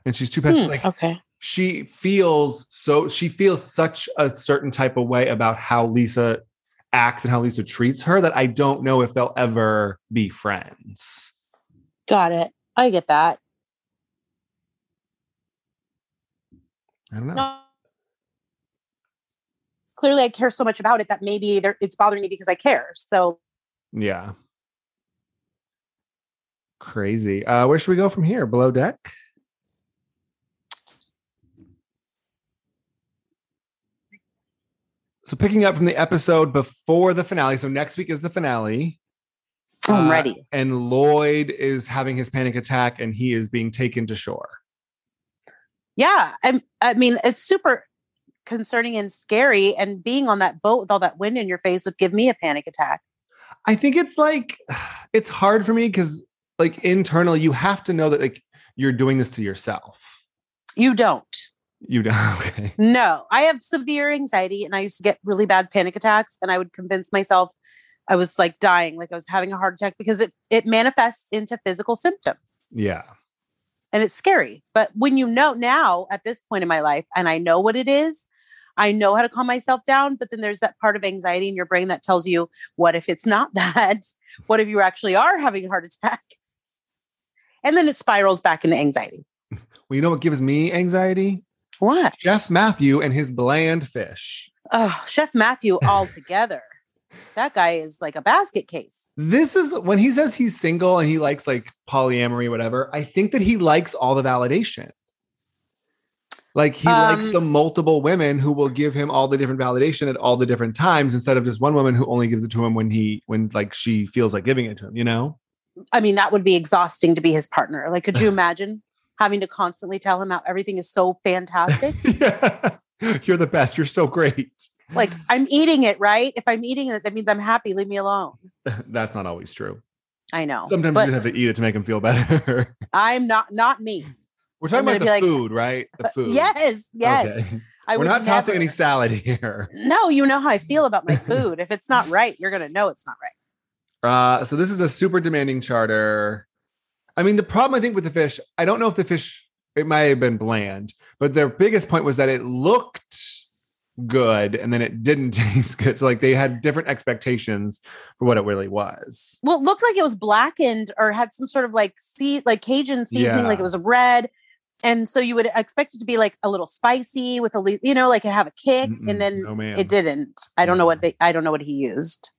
Speaker 1: And she's too pessimistic.
Speaker 2: Hmm,
Speaker 1: like
Speaker 2: okay.
Speaker 1: she feels so she feels such a certain type of way about how Lisa acts and how Lisa treats her that I don't know if they'll ever be friends.
Speaker 2: Got it. I get that.
Speaker 1: I don't know.
Speaker 2: No. Clearly I care so much about it that maybe there, it's bothering me because I care. So
Speaker 1: Yeah. Crazy. Uh, where should we go from here? Below deck? So picking up from the episode before the finale. So next week is the finale.
Speaker 2: I'm
Speaker 1: Uh,
Speaker 2: ready.
Speaker 1: And Lloyd is having his panic attack and he is being taken to shore.
Speaker 2: Yeah. I, I mean, it's super concerning and scary. And being on that boat with all that wind in your face would give me a panic attack.
Speaker 1: I think it's like it's hard for me because like internally you have to know that like you're doing this to yourself.
Speaker 2: You don't.
Speaker 1: You don't okay.
Speaker 2: No, I have severe anxiety and I used to get really bad panic attacks and I would convince myself I was like dying, like I was having a heart attack because it it manifests into physical symptoms
Speaker 1: Yeah.
Speaker 2: and it's scary. But when you know now at this point in my life and I know what it is, I know how to calm myself down, but then there's that part of anxiety in your brain that tells you what if it's not that? What if you actually are having a heart attack? And then it spirals back into anxiety.
Speaker 1: Well, you know what gives me anxiety?
Speaker 2: What?
Speaker 1: Jeff Matthew and his bland fish.
Speaker 2: Oh, Chef Matthew altogether. that guy is like a basket case.
Speaker 1: This is when he says he's single and he likes like polyamory, whatever. I think that he likes all the validation. Like he likes
Speaker 2: Um,
Speaker 1: the multiple women who will give him all the different validation at all the different times instead of just one woman who only gives it to him when he when like she feels like giving it to him, you know?
Speaker 2: I mean, that would be exhausting to be his partner. Like, could you imagine having to constantly tell him how everything is so fantastic?
Speaker 1: yeah. You're the best. You're so great.
Speaker 2: like, I'm eating it, right? If I'm eating it, that means I'm happy. Leave me alone.
Speaker 1: That's not always true.
Speaker 2: I know.
Speaker 1: Sometimes
Speaker 2: Oh, but
Speaker 1: you just have to eat it to make him feel better.
Speaker 2: I'm not not me.
Speaker 1: We're talking
Speaker 2: I'm
Speaker 1: about the
Speaker 2: gonna be like, uh,
Speaker 1: food, right? The food.
Speaker 2: Yes, yes.
Speaker 1: Okay.
Speaker 2: I
Speaker 1: We're
Speaker 2: would
Speaker 1: not tossing
Speaker 2: never-
Speaker 1: any salad here.
Speaker 2: No, you know how I feel about my food. if it's not right, you're gonna know it's not right.
Speaker 1: Uh, so this is a super demanding charter. I mean, the problem I think with the fish, I don't know if the fish it might have been bland, but their biggest point was that it looked good and then it didn't taste good. So like they had different expectations for what it really was.
Speaker 2: well, it looked like it was blackened or had some sort of like sea, like Cajun seasoning, like
Speaker 1: Yeah.
Speaker 2: it was red. And so you would expect it to be like a little spicy with a, le- you know, like it have a kick,
Speaker 1: Mm-mm.
Speaker 2: and then
Speaker 1: No, ma'am.
Speaker 2: it didn't. I don't know what they, I don't know what he used.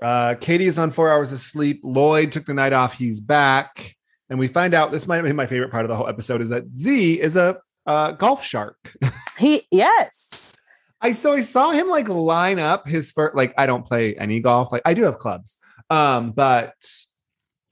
Speaker 1: Uh, Katie is on four hours of sleep. Lloyd took the night off. He's back, and we find out this might be my favorite part of the whole episode is that Z is a uh, golf shark.
Speaker 2: He, yes,
Speaker 1: I so I saw him like line up his first like I don't play any golf. Like I do have clubs. Um, but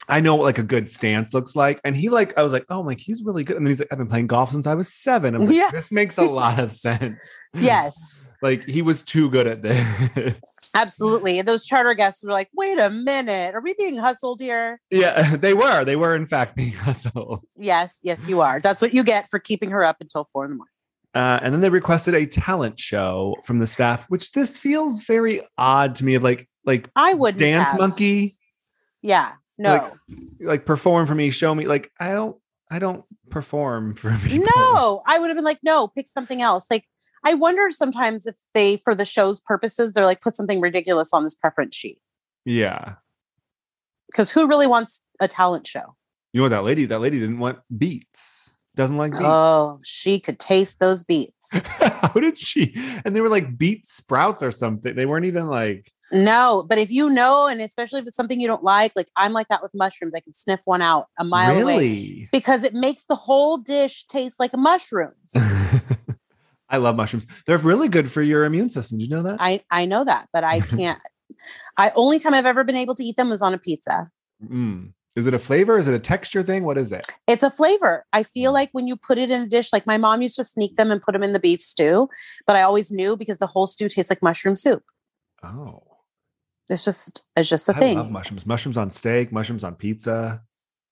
Speaker 1: I know what like a good stance looks like. And he like I was like, oh like he's really good. And then he's like, I've been playing golf since I was seven. I'm like,
Speaker 2: Yeah.
Speaker 1: this makes a lot of sense.
Speaker 2: yes,
Speaker 1: Like he was too good at this.
Speaker 2: absolutely. And those charter guests were like, wait a minute, are we being hustled here?
Speaker 1: yeah, they were. They were in fact being hustled.
Speaker 2: Yes, yes, you are. That's what you get for keeping her up until four in the morning.
Speaker 1: Uh, and then they requested a talent show from the staff, which this feels very odd to me. Of like, like
Speaker 2: I wouldn't
Speaker 1: dance
Speaker 2: have.
Speaker 1: monkey,
Speaker 2: Yeah, no.
Speaker 1: Like, like perform for me, show me. Like, I don't, I don't perform for people.
Speaker 2: No, I would have been like, no, pick something else. Like, I wonder sometimes if they, for the show's purposes, they're like, put something ridiculous on this preference sheet.
Speaker 1: Yeah,
Speaker 2: Because who really wants a talent show?
Speaker 1: you know what that lady? That lady didn't want beats. Doesn't like beats.
Speaker 2: Oh, she could taste those beats.
Speaker 1: How did she? And they were like beet sprouts or something. They weren't even like.
Speaker 2: no, but if you know, and especially if it's something you don't like, like I'm like that with mushrooms, I can sniff one out a mile away
Speaker 1: really.
Speaker 2: because it makes the whole dish taste like mushrooms.
Speaker 1: I love mushrooms. They're really good for your immune system. Did you know that?
Speaker 2: I I know that, but I can't. I only time I've ever been able to eat them was on a pizza.
Speaker 1: Mm. Is it a flavor? Is it a texture thing? What is it?
Speaker 2: it's a flavor. I feel
Speaker 1: Mm.
Speaker 2: like when you put it in a dish, like my mom used to sneak them and put them in the beef stew, but I always knew because the whole stew tastes like mushroom soup.
Speaker 1: Oh,
Speaker 2: It's just it's just a
Speaker 1: I
Speaker 2: thing.
Speaker 1: love mushrooms. Mushrooms on steak, mushrooms on pizza,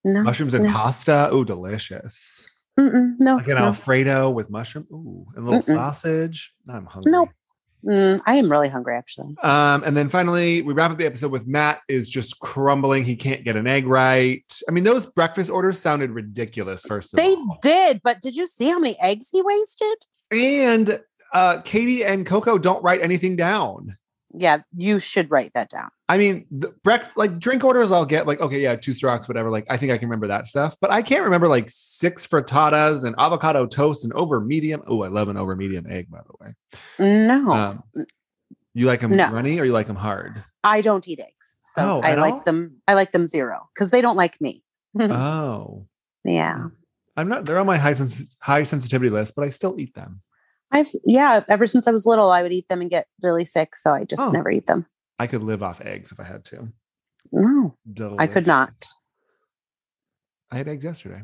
Speaker 2: no,
Speaker 1: mushrooms and
Speaker 2: no.
Speaker 1: pasta. Oh, delicious.
Speaker 2: mm-mm, no,
Speaker 1: Like an
Speaker 2: Oh, no.
Speaker 1: Alfredo with mushroom. Ooh, and a little
Speaker 2: Mm-mm.
Speaker 1: sausage. Now I'm hungry.
Speaker 2: Nope. Mm, I am really hungry, actually.
Speaker 1: Um, and then finally, we wrap up the episode with Matt is just crumbling. He can't get an egg right. I mean, those breakfast orders sounded ridiculous, first of
Speaker 2: They
Speaker 1: all.
Speaker 2: did, but did you see how many eggs he wasted?
Speaker 1: And uh, Katie and Coco don't write anything down.
Speaker 2: Yeah, you should write that down.
Speaker 1: I mean, the breakfast, like drink orders, I'll get like, okay, yeah, two strokes, whatever. Like, I think I can remember that stuff, but I can't remember like six frittatas and avocado toast and over medium. Oh, I love an over medium egg, by the way.
Speaker 2: No,
Speaker 1: Um, you like them
Speaker 2: Oh. No.
Speaker 1: runny or you like them hard?
Speaker 2: I don't eat eggs, so
Speaker 1: Oh,
Speaker 2: I
Speaker 1: at
Speaker 2: like
Speaker 1: all?
Speaker 2: them. I like them zero because they don't like me.
Speaker 1: oh,
Speaker 2: yeah,
Speaker 1: I'm not, they're on my high, sens- high sensitivity list, but I still eat them.
Speaker 2: I've yeah, ever since I was little, I would eat them and get really sick, so I just
Speaker 1: Oh.
Speaker 2: never eat them.
Speaker 1: I could live off eggs if I had to.
Speaker 2: No, I could
Speaker 1: Delicious.
Speaker 2: not.
Speaker 1: I had eggs yesterday.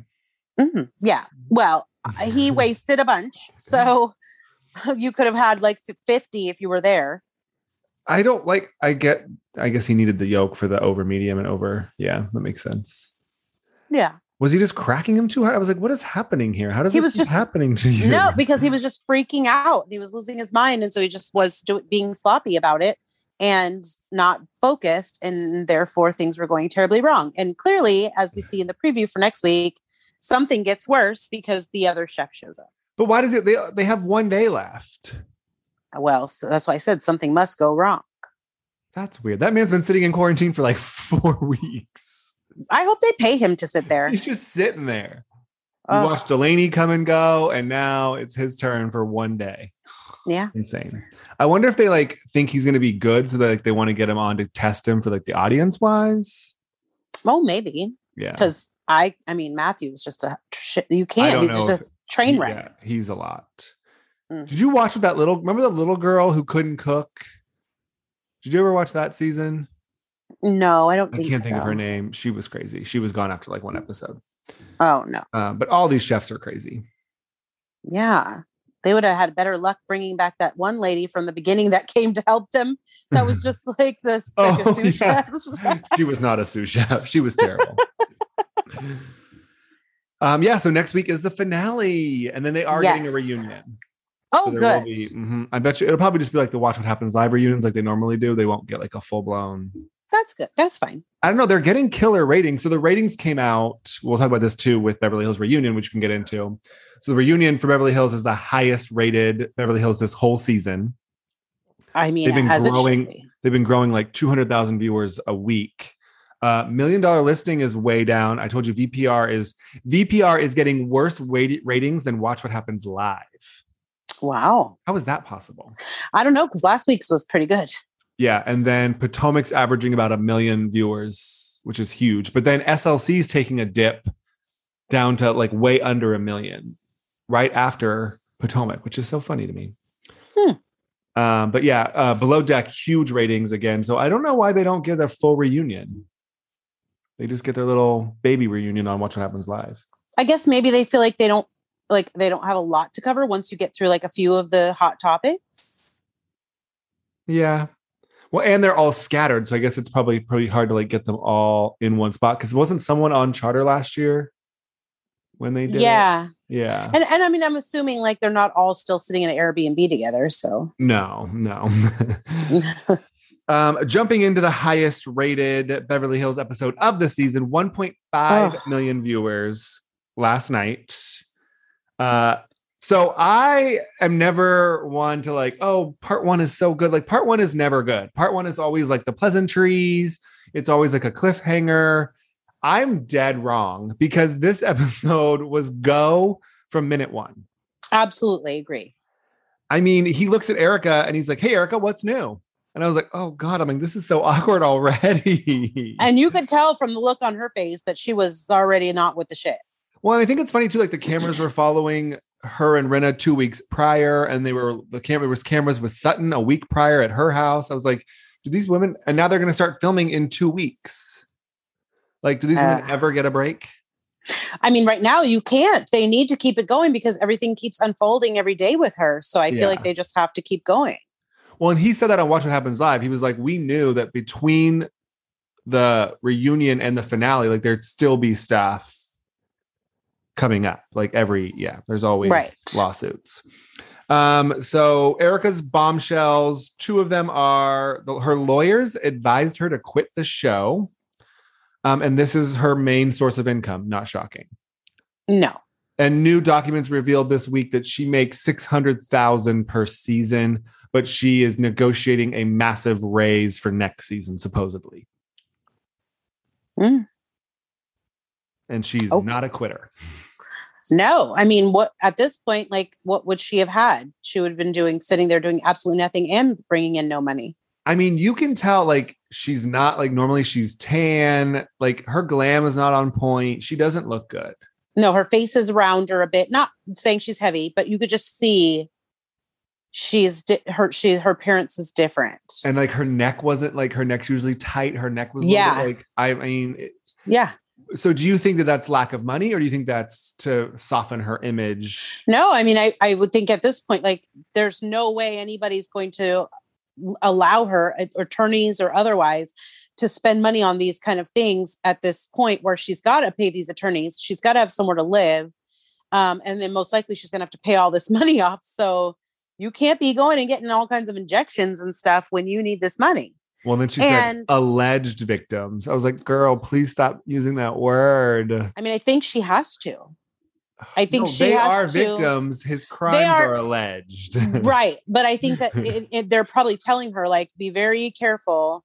Speaker 2: Mm, yeah. Well, he wasted a bunch, so you could have had like f- fifty if you were there.
Speaker 1: I don't like. I get. I guess he needed the yolk for the over medium and over. Yeah, that makes sense.
Speaker 2: Yeah.
Speaker 1: Was he just cracking him too hard? I was like, what is happening here? How does
Speaker 2: He
Speaker 1: this
Speaker 2: was
Speaker 1: keep
Speaker 2: just-
Speaker 1: happening to you?
Speaker 2: No, because he was just freaking out. He was losing his mind, and so he just was do- being sloppy about it and not focused, and therefore things were going terribly wrong. And clearly, as we see in the preview for next week, something gets worse because the other chef shows up.
Speaker 1: But why does it? They they have one day left.
Speaker 2: Well, so that's why I said something must go wrong.
Speaker 1: That's weird. That man's been sitting in quarantine for like four weeks.
Speaker 2: I hope they pay him to sit there. Oh,
Speaker 1: He's just sitting there. We
Speaker 2: Ugh.
Speaker 1: watched Delaney come and go, and now it's his turn for one day.
Speaker 2: Yeah.
Speaker 1: Insane. I wonder if they like think he's gonna be good so that like, they want to get him on to test him for like the audience wise.
Speaker 2: Oh, maybe
Speaker 1: Yeah.
Speaker 2: because I, I mean, Matthew is just a shit. You
Speaker 1: I
Speaker 2: can't.
Speaker 1: don't
Speaker 2: He's
Speaker 1: know
Speaker 2: just a train wreck.
Speaker 1: Yeah, he's a lot.
Speaker 2: Mm.
Speaker 1: Did you watch with that little remember the little girl who couldn't cook? Did you ever watch that season?
Speaker 2: No, I don't
Speaker 1: I
Speaker 2: think
Speaker 1: can't think
Speaker 2: so.
Speaker 1: of her name. She was crazy. She was gone after like one episode.
Speaker 2: Oh no.
Speaker 1: Uh, but all these chefs are crazy.
Speaker 2: Yeah. They would have had better luck bringing back that one lady from the beginning that came to help them. That was just like this. like a
Speaker 1: Oh,
Speaker 2: sous
Speaker 1: yeah.
Speaker 2: chef.
Speaker 1: she was not a sous chef. She was terrible. um, yeah. So next week is the finale, and then they are getting a
Speaker 2: Yes.
Speaker 1: reunion.
Speaker 2: Oh,
Speaker 1: So there will
Speaker 2: good.
Speaker 1: be- mhm. I bet you it'll probably just be like the Watch What Happens live reunions, like they normally do. They won't get like a full blown.
Speaker 2: That's good. That's fine.
Speaker 1: I don't know. They're getting killer ratings. So the ratings came out. We'll talk about this too with Beverly Hills Reunion, which you can get into. So the reunion for Beverly Hills is the highest rated Beverly Hills this whole season.
Speaker 2: I mean,
Speaker 1: They've been
Speaker 2: as it should
Speaker 1: growing-
Speaker 2: be.
Speaker 1: They've been growing like 200,000 viewers a week. Uh, million dollar listing is way down. I told you VPR is VPR is getting worse wait- ratings than Watch What Happens Live.
Speaker 2: Wow.
Speaker 1: How is that possible?
Speaker 2: I don't know because last week's was pretty good.
Speaker 1: Yeah, and then Potomac's averaging about a million viewers, which is huge. But then SLC's taking a dip down to like way under a million right after Potomac, which is so funny to me.
Speaker 2: Hmm.
Speaker 1: Um, but yeah, uh, Below Deck, huge ratings again. So I don't know why they don't get their full reunion. They just get their little baby reunion on Watch What Happens Live.
Speaker 2: I guess maybe they feel like they don't like they don't have a lot to cover once you get through like a few of the hot topics.
Speaker 1: Yeah. Well, and they're all scattered. So I guess it's probably pretty hard to like get them all in one spot. Cause wasn't someone on charter last year when they did? it?
Speaker 2: Yeah.
Speaker 1: Yeah.
Speaker 2: And and I mean, I'm assuming like they're not all still sitting in an Airbnb together. So
Speaker 1: No, no. um, jumping into the highest rated Beverly Hills episode of the season, 1.5 million
Speaker 2: Ugh.
Speaker 1: viewers last night. Uh, so I am never one to like, oh, part one is so good. Like part one is never good. Part one is always like the pleasantries. It's always like a cliffhanger. I'm dead wrong because this episode was go from minute one.
Speaker 2: absolutely agree.
Speaker 1: I mean, he looks at Erica and he's like, "Hey, Erica, what's new?" And I was like, "Oh God, I'm like, this is so awkward already."
Speaker 2: And you could tell from the look on her face that she was already not with the shit.
Speaker 1: well, and I think it's funny too. Like the cameras were following her and Rena two weeks prior, and they were the camera was cameras with Sutton a week prior at her house. I was like, "Do these women?" And now they're going to start filming in two weeks. Like, do these women
Speaker 2: Uh.
Speaker 1: ever get a break?
Speaker 2: I mean, right now you can't. They need to keep it going because everything keeps unfolding every day with her. So I feel
Speaker 1: Yeah.
Speaker 2: like they just have to keep going.
Speaker 1: Well, and he said that on Watch What Happens Live. He was like, we knew that between the reunion and the finale, like there'd still be stuff coming up. Like every yeah, there's always
Speaker 2: Right.
Speaker 1: lawsuits. Um, so Erica's bombshells, two of them are the, her lawyers advised her to quit the show. Um, and this is her main source of income, not shocking.
Speaker 2: No.
Speaker 1: And new documents revealed this week that she makes 600,000 per season, but she is negotiating a massive raise for next season supposedly.
Speaker 2: Mm.
Speaker 1: And she's
Speaker 2: Oh.
Speaker 1: not a quitter.
Speaker 2: No. I mean, what at this point, like, what would she have had? She would have been doing, sitting there doing absolutely nothing and bringing in no money.
Speaker 1: I mean, you can tell like she's not like normally she's tan, like her glam is not on point. She doesn't look good.
Speaker 2: No, her face is rounder a bit. Not saying she's heavy, but you could just see she's di- her she her parents is different.
Speaker 1: and like her neck wasn't like her neck's usually tight. Her neck was a little
Speaker 2: Yeah.
Speaker 1: bit, like I mean. it-
Speaker 2: Yeah.
Speaker 1: so do you think that that's lack of money, or do you think that's to soften her image?
Speaker 2: No, I mean I I would think at this point like there's no way anybody's going to allow her uh, attorneys or otherwise to spend money on these kind of things at this point where she's got to pay these attorneys, she's got to have somewhere to live. Um, and then most likely she's going to have to pay all this money off. So you can't be going and getting all kinds of injections and stuff when you need this money.
Speaker 1: Well, then she said
Speaker 2: And-
Speaker 1: alleged victims. I was like, girl, please stop using that word.
Speaker 2: I mean, I think she has to. I think she
Speaker 1: they
Speaker 2: has
Speaker 1: are
Speaker 2: to-
Speaker 1: victims. His crimes are,
Speaker 2: are-
Speaker 1: alleged.
Speaker 2: right. But I think that it, it, they're probably telling her, like, be very careful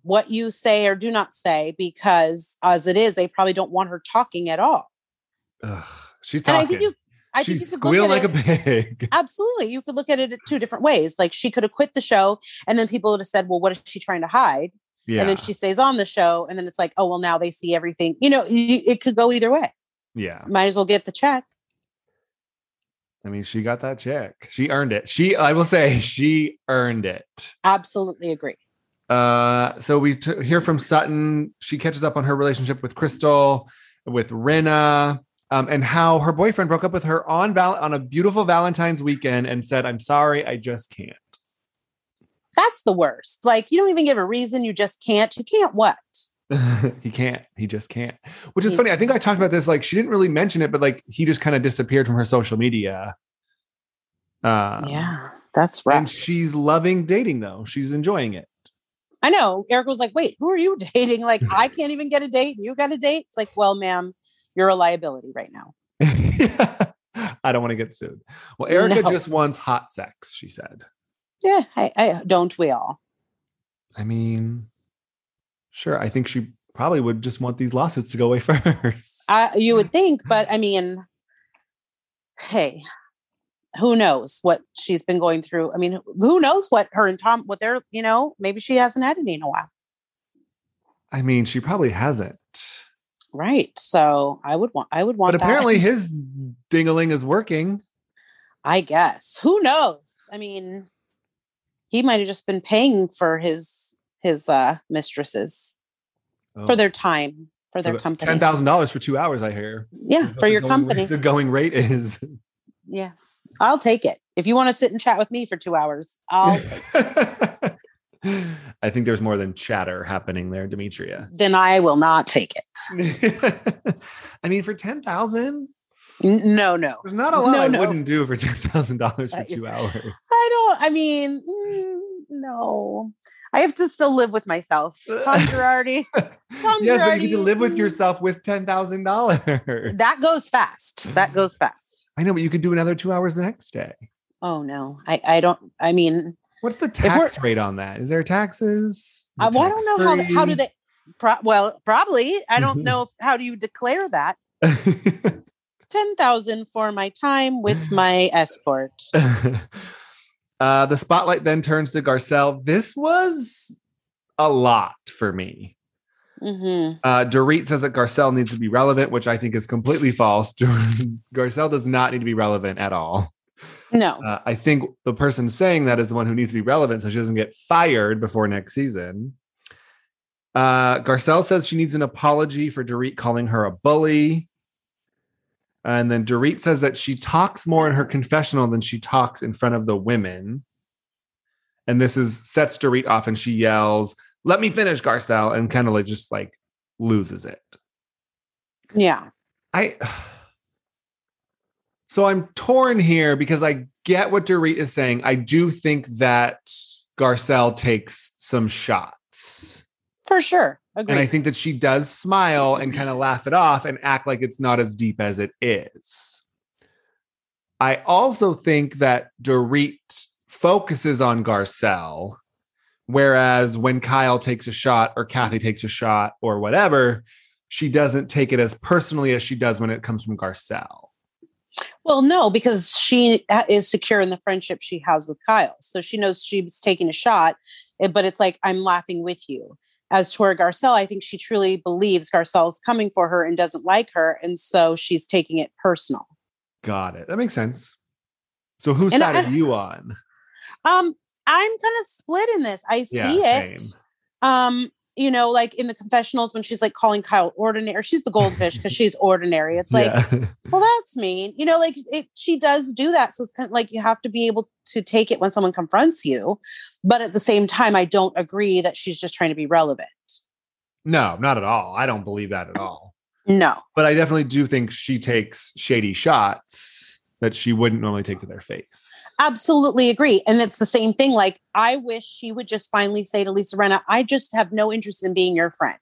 Speaker 2: what you say or do not say, because as it is, they probably don't want her talking at all.
Speaker 1: Ugh, she's
Speaker 2: And
Speaker 1: talking.
Speaker 2: I think you, I
Speaker 1: She's
Speaker 2: think you could
Speaker 1: squeal
Speaker 2: look at
Speaker 1: like
Speaker 2: it,
Speaker 1: a pig.
Speaker 2: absolutely, you could look at it two different ways. Like, she could have quit the show, and then people would have said, well, what is she trying to hide?
Speaker 1: Yeah.
Speaker 2: And then she stays on the show, and then it's like, oh, well, now they see everything. You know, you, it could go either way.
Speaker 1: yeah.
Speaker 2: Might as well get the check.
Speaker 1: I mean, she got that check. She earned it. She, I will say, she earned it.
Speaker 2: Absolutely agree.
Speaker 1: Uh, so we t- hear from Sutton. She catches up on her relationship with Crystal, with Rinna, um, and how her boyfriend broke up with her on val- on a beautiful Valentine's weekend and said, "I'm sorry, I just can't."
Speaker 2: That's the worst. Like, you don't even give a reason. You just can't. You can't what?
Speaker 1: he can't. He just can't. Which is
Speaker 2: Mm.
Speaker 1: funny. I think I talked about this. Like she didn't really mention it, but like he just kind of disappeared from her social media. Uh,
Speaker 2: yeah, that's
Speaker 1: And
Speaker 2: right.
Speaker 1: she's loving dating though. She's enjoying it.
Speaker 2: I know. Eric was like, wait, who are you dating? Like, I can't even get a date. You got a date? It's like, well, ma'am, you're a liability right now.
Speaker 1: I don't want to get sued. Well, Erica
Speaker 2: No.
Speaker 1: just wants hot sex. She said.
Speaker 2: Yeah, I, I don't we all?
Speaker 1: I mean, sure. I think she probably would just want these lawsuits to go away first.
Speaker 2: I, you would think, but I mean, hey, who knows what she's been going through? I mean, who knows what her and Tom, what they're, you know, maybe she hasn't had any in a while.
Speaker 1: I mean, she probably hasn't.
Speaker 2: Right. So I would want, I would want
Speaker 1: But apparently,
Speaker 2: that.
Speaker 1: his dingaling is working.
Speaker 2: I guess. Who knows? I mean, he might have just been paying for his his uh mistresses for their time, for their company.
Speaker 1: Oh. ten thousand dollars for two hours. I hear
Speaker 2: yeah,
Speaker 1: Is what
Speaker 2: for
Speaker 1: the
Speaker 2: your
Speaker 1: going-
Speaker 2: company.
Speaker 1: The going rate is.
Speaker 2: Yes. I'll take it. If you want to sit and chat with me for 2 hours, I'll
Speaker 1: I think there's more than chatter happening there, Demetria.
Speaker 2: then I will not take it.
Speaker 1: I mean, for ten thousand,
Speaker 2: N- No, no.
Speaker 1: there's not a lot
Speaker 2: No,
Speaker 1: I
Speaker 2: no.
Speaker 1: wouldn't do for ten thousand dollars for
Speaker 2: Uh,
Speaker 1: two hours.
Speaker 2: I don't I mean, mm, no. I have to still live with myself. Tom Girardi,
Speaker 1: yes, but you get to
Speaker 2: Girardi.
Speaker 1: live with yourself with ten thousand dollars.
Speaker 2: that goes fast. That goes fast.
Speaker 1: I know, but you could do another two hours the next day.
Speaker 2: Oh no. I I don't I mean,
Speaker 1: What's the
Speaker 2: we're- Uh,
Speaker 1: tax rate on that? Is there taxes? Is
Speaker 2: I,
Speaker 1: it
Speaker 2: well, I don't know how, how do
Speaker 1: tax-free?
Speaker 2: they, pro, well, probably, I don't know, if- how do you declare that? 10,000 for my time with my escort.
Speaker 1: uh, the spotlight then turns to Garcelle. This was a lot for me.
Speaker 2: hmm
Speaker 1: Uh, Dorit says that Garcelle needs to be relevant, which I think is completely false. Garcelle does not need to be relevant at all.
Speaker 2: No,
Speaker 1: Uh, I think the person saying that is the one who needs to be relevant so she doesn't get fired before next season. Uh, Garcelle says she needs an apology for Dorit calling her a bully. And then Dorit says that she talks more in her confessional than she talks in front of the women. And this is sets Dorit off and she yells, Let me finish, Garcelle, and kind of like just like loses it.
Speaker 2: yeah.
Speaker 1: I so I'm torn here because I get what Dorit is saying. I do think that Garcelle takes some shots.
Speaker 2: For sure.
Speaker 1: And I
Speaker 2: Agreed.
Speaker 1: think that she does smile
Speaker 2: Mm-hmm.
Speaker 1: and kind of laugh it off and act like it's not as deep as it is. I also think that Dorit focuses on Garcelle, whereas when Kyle takes a shot or Kathy takes a shot or whatever, she doesn't take it as personally as she does when it comes from Garcelle.
Speaker 2: Well, no, because she uh, is secure in the friendship she has with Kyle. So she knows she's taking a shot, eh, but it's like, I'm laughing with you. As to her Garcelle, I think she truly believes Garcelle's coming for her and doesn't like her. And so she's taking it personal.
Speaker 1: Got it. That makes sense. So whose
Speaker 2: And
Speaker 1: side
Speaker 2: I-
Speaker 1: are you on?
Speaker 2: Um, I'm kind of split in this. I see
Speaker 1: Yeah,
Speaker 2: it.
Speaker 1: same.
Speaker 2: Um, you know, like in the confessionals when she's like calling Kyle ordinary, or she's the goldfish because she's ordinary. It's like,
Speaker 1: yeah.
Speaker 2: well, that's mean. You know, like it, she does do that. So it's kind of like you have to be able to take it when someone confronts you. But at the same time, I don't agree that she's just trying to be relevant.
Speaker 1: no, not at all. I don't believe that at all.
Speaker 2: No.
Speaker 1: But I definitely do think she takes shady shots that she wouldn't normally take to their face.
Speaker 2: Absolutely agree. And it's the same thing. Like, I wish she would just finally say to Lisa Renna, I just have no interest in being your friend.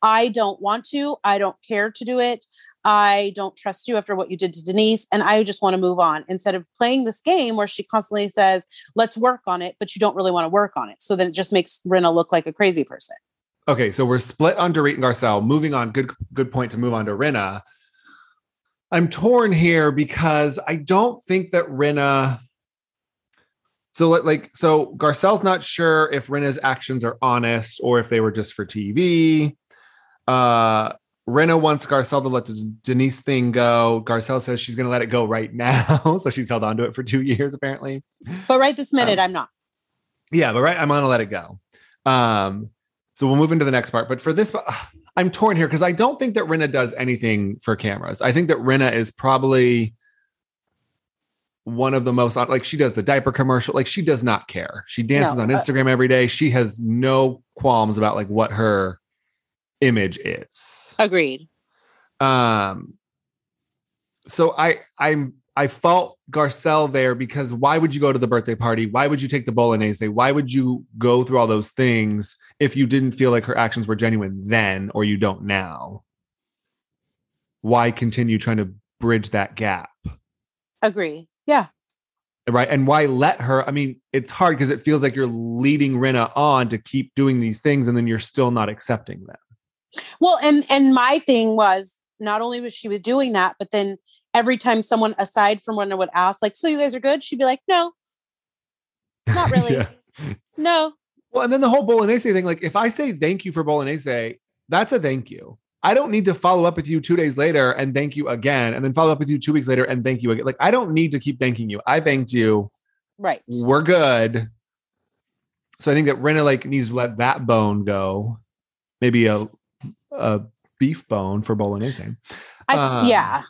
Speaker 2: I don't want to. I don't care to do it. I don't trust you after what you did to Denise. And I just want to move on instead of playing this game where she constantly says, let's work on it, but you don't really want to work on it. So then it just makes Renna look like a crazy person.
Speaker 1: Okay, so we're split on Dorit and Garcelle. Moving on, good good point to move on to Rinna. I'm torn here because I don't think that Rinna. So like- like so Garcelle's not sure if Rinna's actions are honest or if they were just for TV. Uh Rinna wants Garcelle to let the Denise thing go. Garcelle says she's gonna let it go right now. so she's held on to it for two years, apparently.
Speaker 2: But right this minute, I'm not.
Speaker 1: Yeah, but right, I'm gonna let it go. Um, so we'll move into the next part. But for this, ugh, I'm torn here because I don't think that Rinna does anything for cameras. I think that Rinna is probably one of the most uh, like she does the diaper commercial. Like she does not care. She dances
Speaker 2: No,
Speaker 1: on
Speaker 2: uh,
Speaker 1: Instagram every day. She has no qualms about like what her image is
Speaker 2: Agreed.
Speaker 1: um so i i'm i fault garcelle there because why would you go to the birthday party why would you take the bolognese why would you go through all those things if you didn't feel like her actions were genuine then or you don't now why continue trying to bridge that gap
Speaker 2: Agree. Yeah.
Speaker 1: right and why let her i mean it's hard because it feels like you're leading renna on to keep doing these things and then you're still not accepting them
Speaker 2: Well, and and my thing was not only was she was doing that, but then every time someone aside from Wonder would ask, like, "So you guys are good?" She'd be like, "No, not really.
Speaker 1: Yeah.
Speaker 2: No,
Speaker 1: Well, and then the whole bolognese thing, like if I say thank you for bolognese, that's a thank you. I don't need to follow up with you two days later and thank you again, and then follow up with you two weeks later and thank you again. Like I don't need to keep thanking you. I thanked you.
Speaker 2: right,
Speaker 1: We're good. So I think that Rena like needs to let that bone go. Maybe a a beef bone for bolognese.
Speaker 2: I
Speaker 1: Um,
Speaker 2: yeah."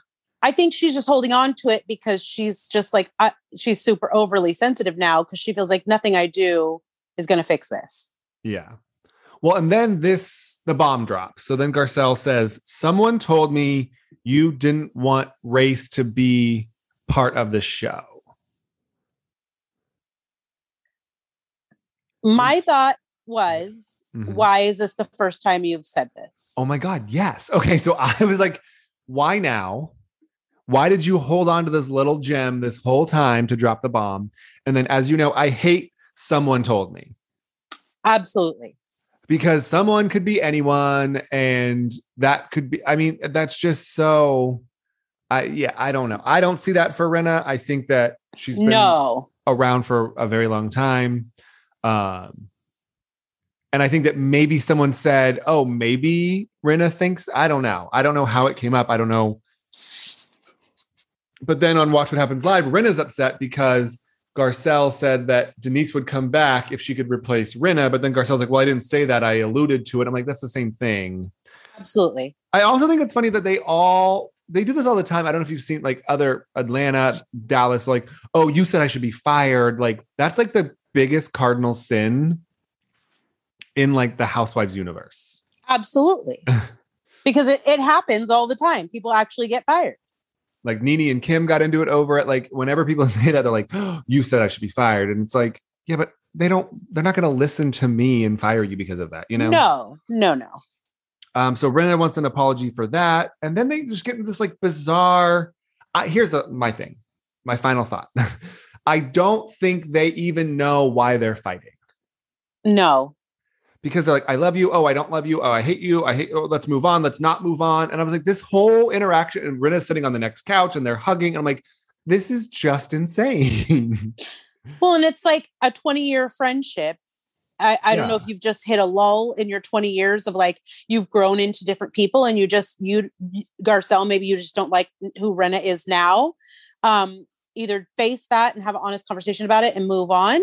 Speaker 2: I think she's just holding on to it because she's just like uh, she's super overly sensitive now because she feels like nothing I do is going to fix this.
Speaker 1: Yeah. Well, and then this the bomb drops. So then Garcelle says, "Someone told me you didn't want race to be part of the show." Mm.
Speaker 2: My thought was,
Speaker 1: Mhm.
Speaker 2: why is this the first time you've said this?
Speaker 1: Oh my god, yes. Okay, so I was like, "Why now? Why did you hold on to this little gem this whole time to drop the bomb?" And then as you know, I hate someone told me.
Speaker 2: Absolutely.
Speaker 1: because someone could be anyone and that could be i mean that's just so i yeah i don't know i don't see that for rena i think that she's been
Speaker 2: No.
Speaker 1: around for a very long time um and i think that maybe someone said oh maybe rena thinks i don't know i don't know how it came up i don't know but then on watch what happens live rena's upset because Garcelle said that Denise would come back if she could replace Rinna, but then Garcelle's like, "Well, I didn't say that. I alluded to it." I'm like, "That's the same thing."
Speaker 2: Absolutely.
Speaker 1: I also think it's funny that they all they do this all the time. I don't know if you've seen like other Atlanta, Dallas, like, "Oh, you said I should be fired." Like that's like the biggest cardinal sin in like the housewives universe.
Speaker 2: Absolutely. because it, it happens all the time. People actually get fired.
Speaker 1: Like Nene and Kim got into it over it. Like whenever people say that, they're like, oh, "You said I should be fired," and it's like, "Yeah, but." They don't. They're not going to listen to me and fire you because of that. You know.
Speaker 2: No, no, no.
Speaker 1: Um, so Renna wants an apology for that, and then they just get into this like bizarre. I, here's a, my thing, my final thought. I don't think they even know why they're fighting
Speaker 2: No.
Speaker 1: because they're like, "I love you," "Oh, I don't love you," "Oh, I hate you," "I hate," "Oh, let's move on," "Let's not move on." And I was like, this whole interaction, and Renna's sitting on the next couch, and they're hugging, and I'm like, this is just insane.
Speaker 2: Well, and it's like a 20 year friendship. I, I don't know
Speaker 1: Yeah.
Speaker 2: if you've just hit a lull in your 20 years of like you've grown into different people and you just you Garcelle, maybe you just don't like who Renna is now. Um, either face that and have an honest conversation about it and move on,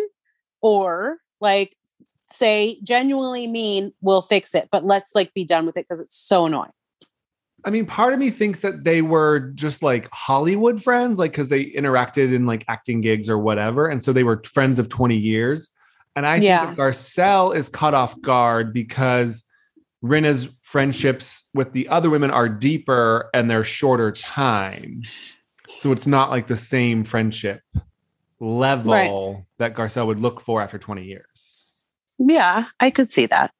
Speaker 2: or like say genuinely mean we'll fix it but let's like be done with it because it's so annoying
Speaker 1: I mean, part of me thinks that they were just like Hollywood friends, like because they interacted in like acting gigs or whatever. And so they were friends of 20 years. And I
Speaker 2: Yeah.
Speaker 1: think that Garcelle is caught off guard because Rinna's friendships with the other women are deeper and they're shorter time. So it's not like the same friendship level that Garcelle would look for after 20 years.
Speaker 2: yeah i could see that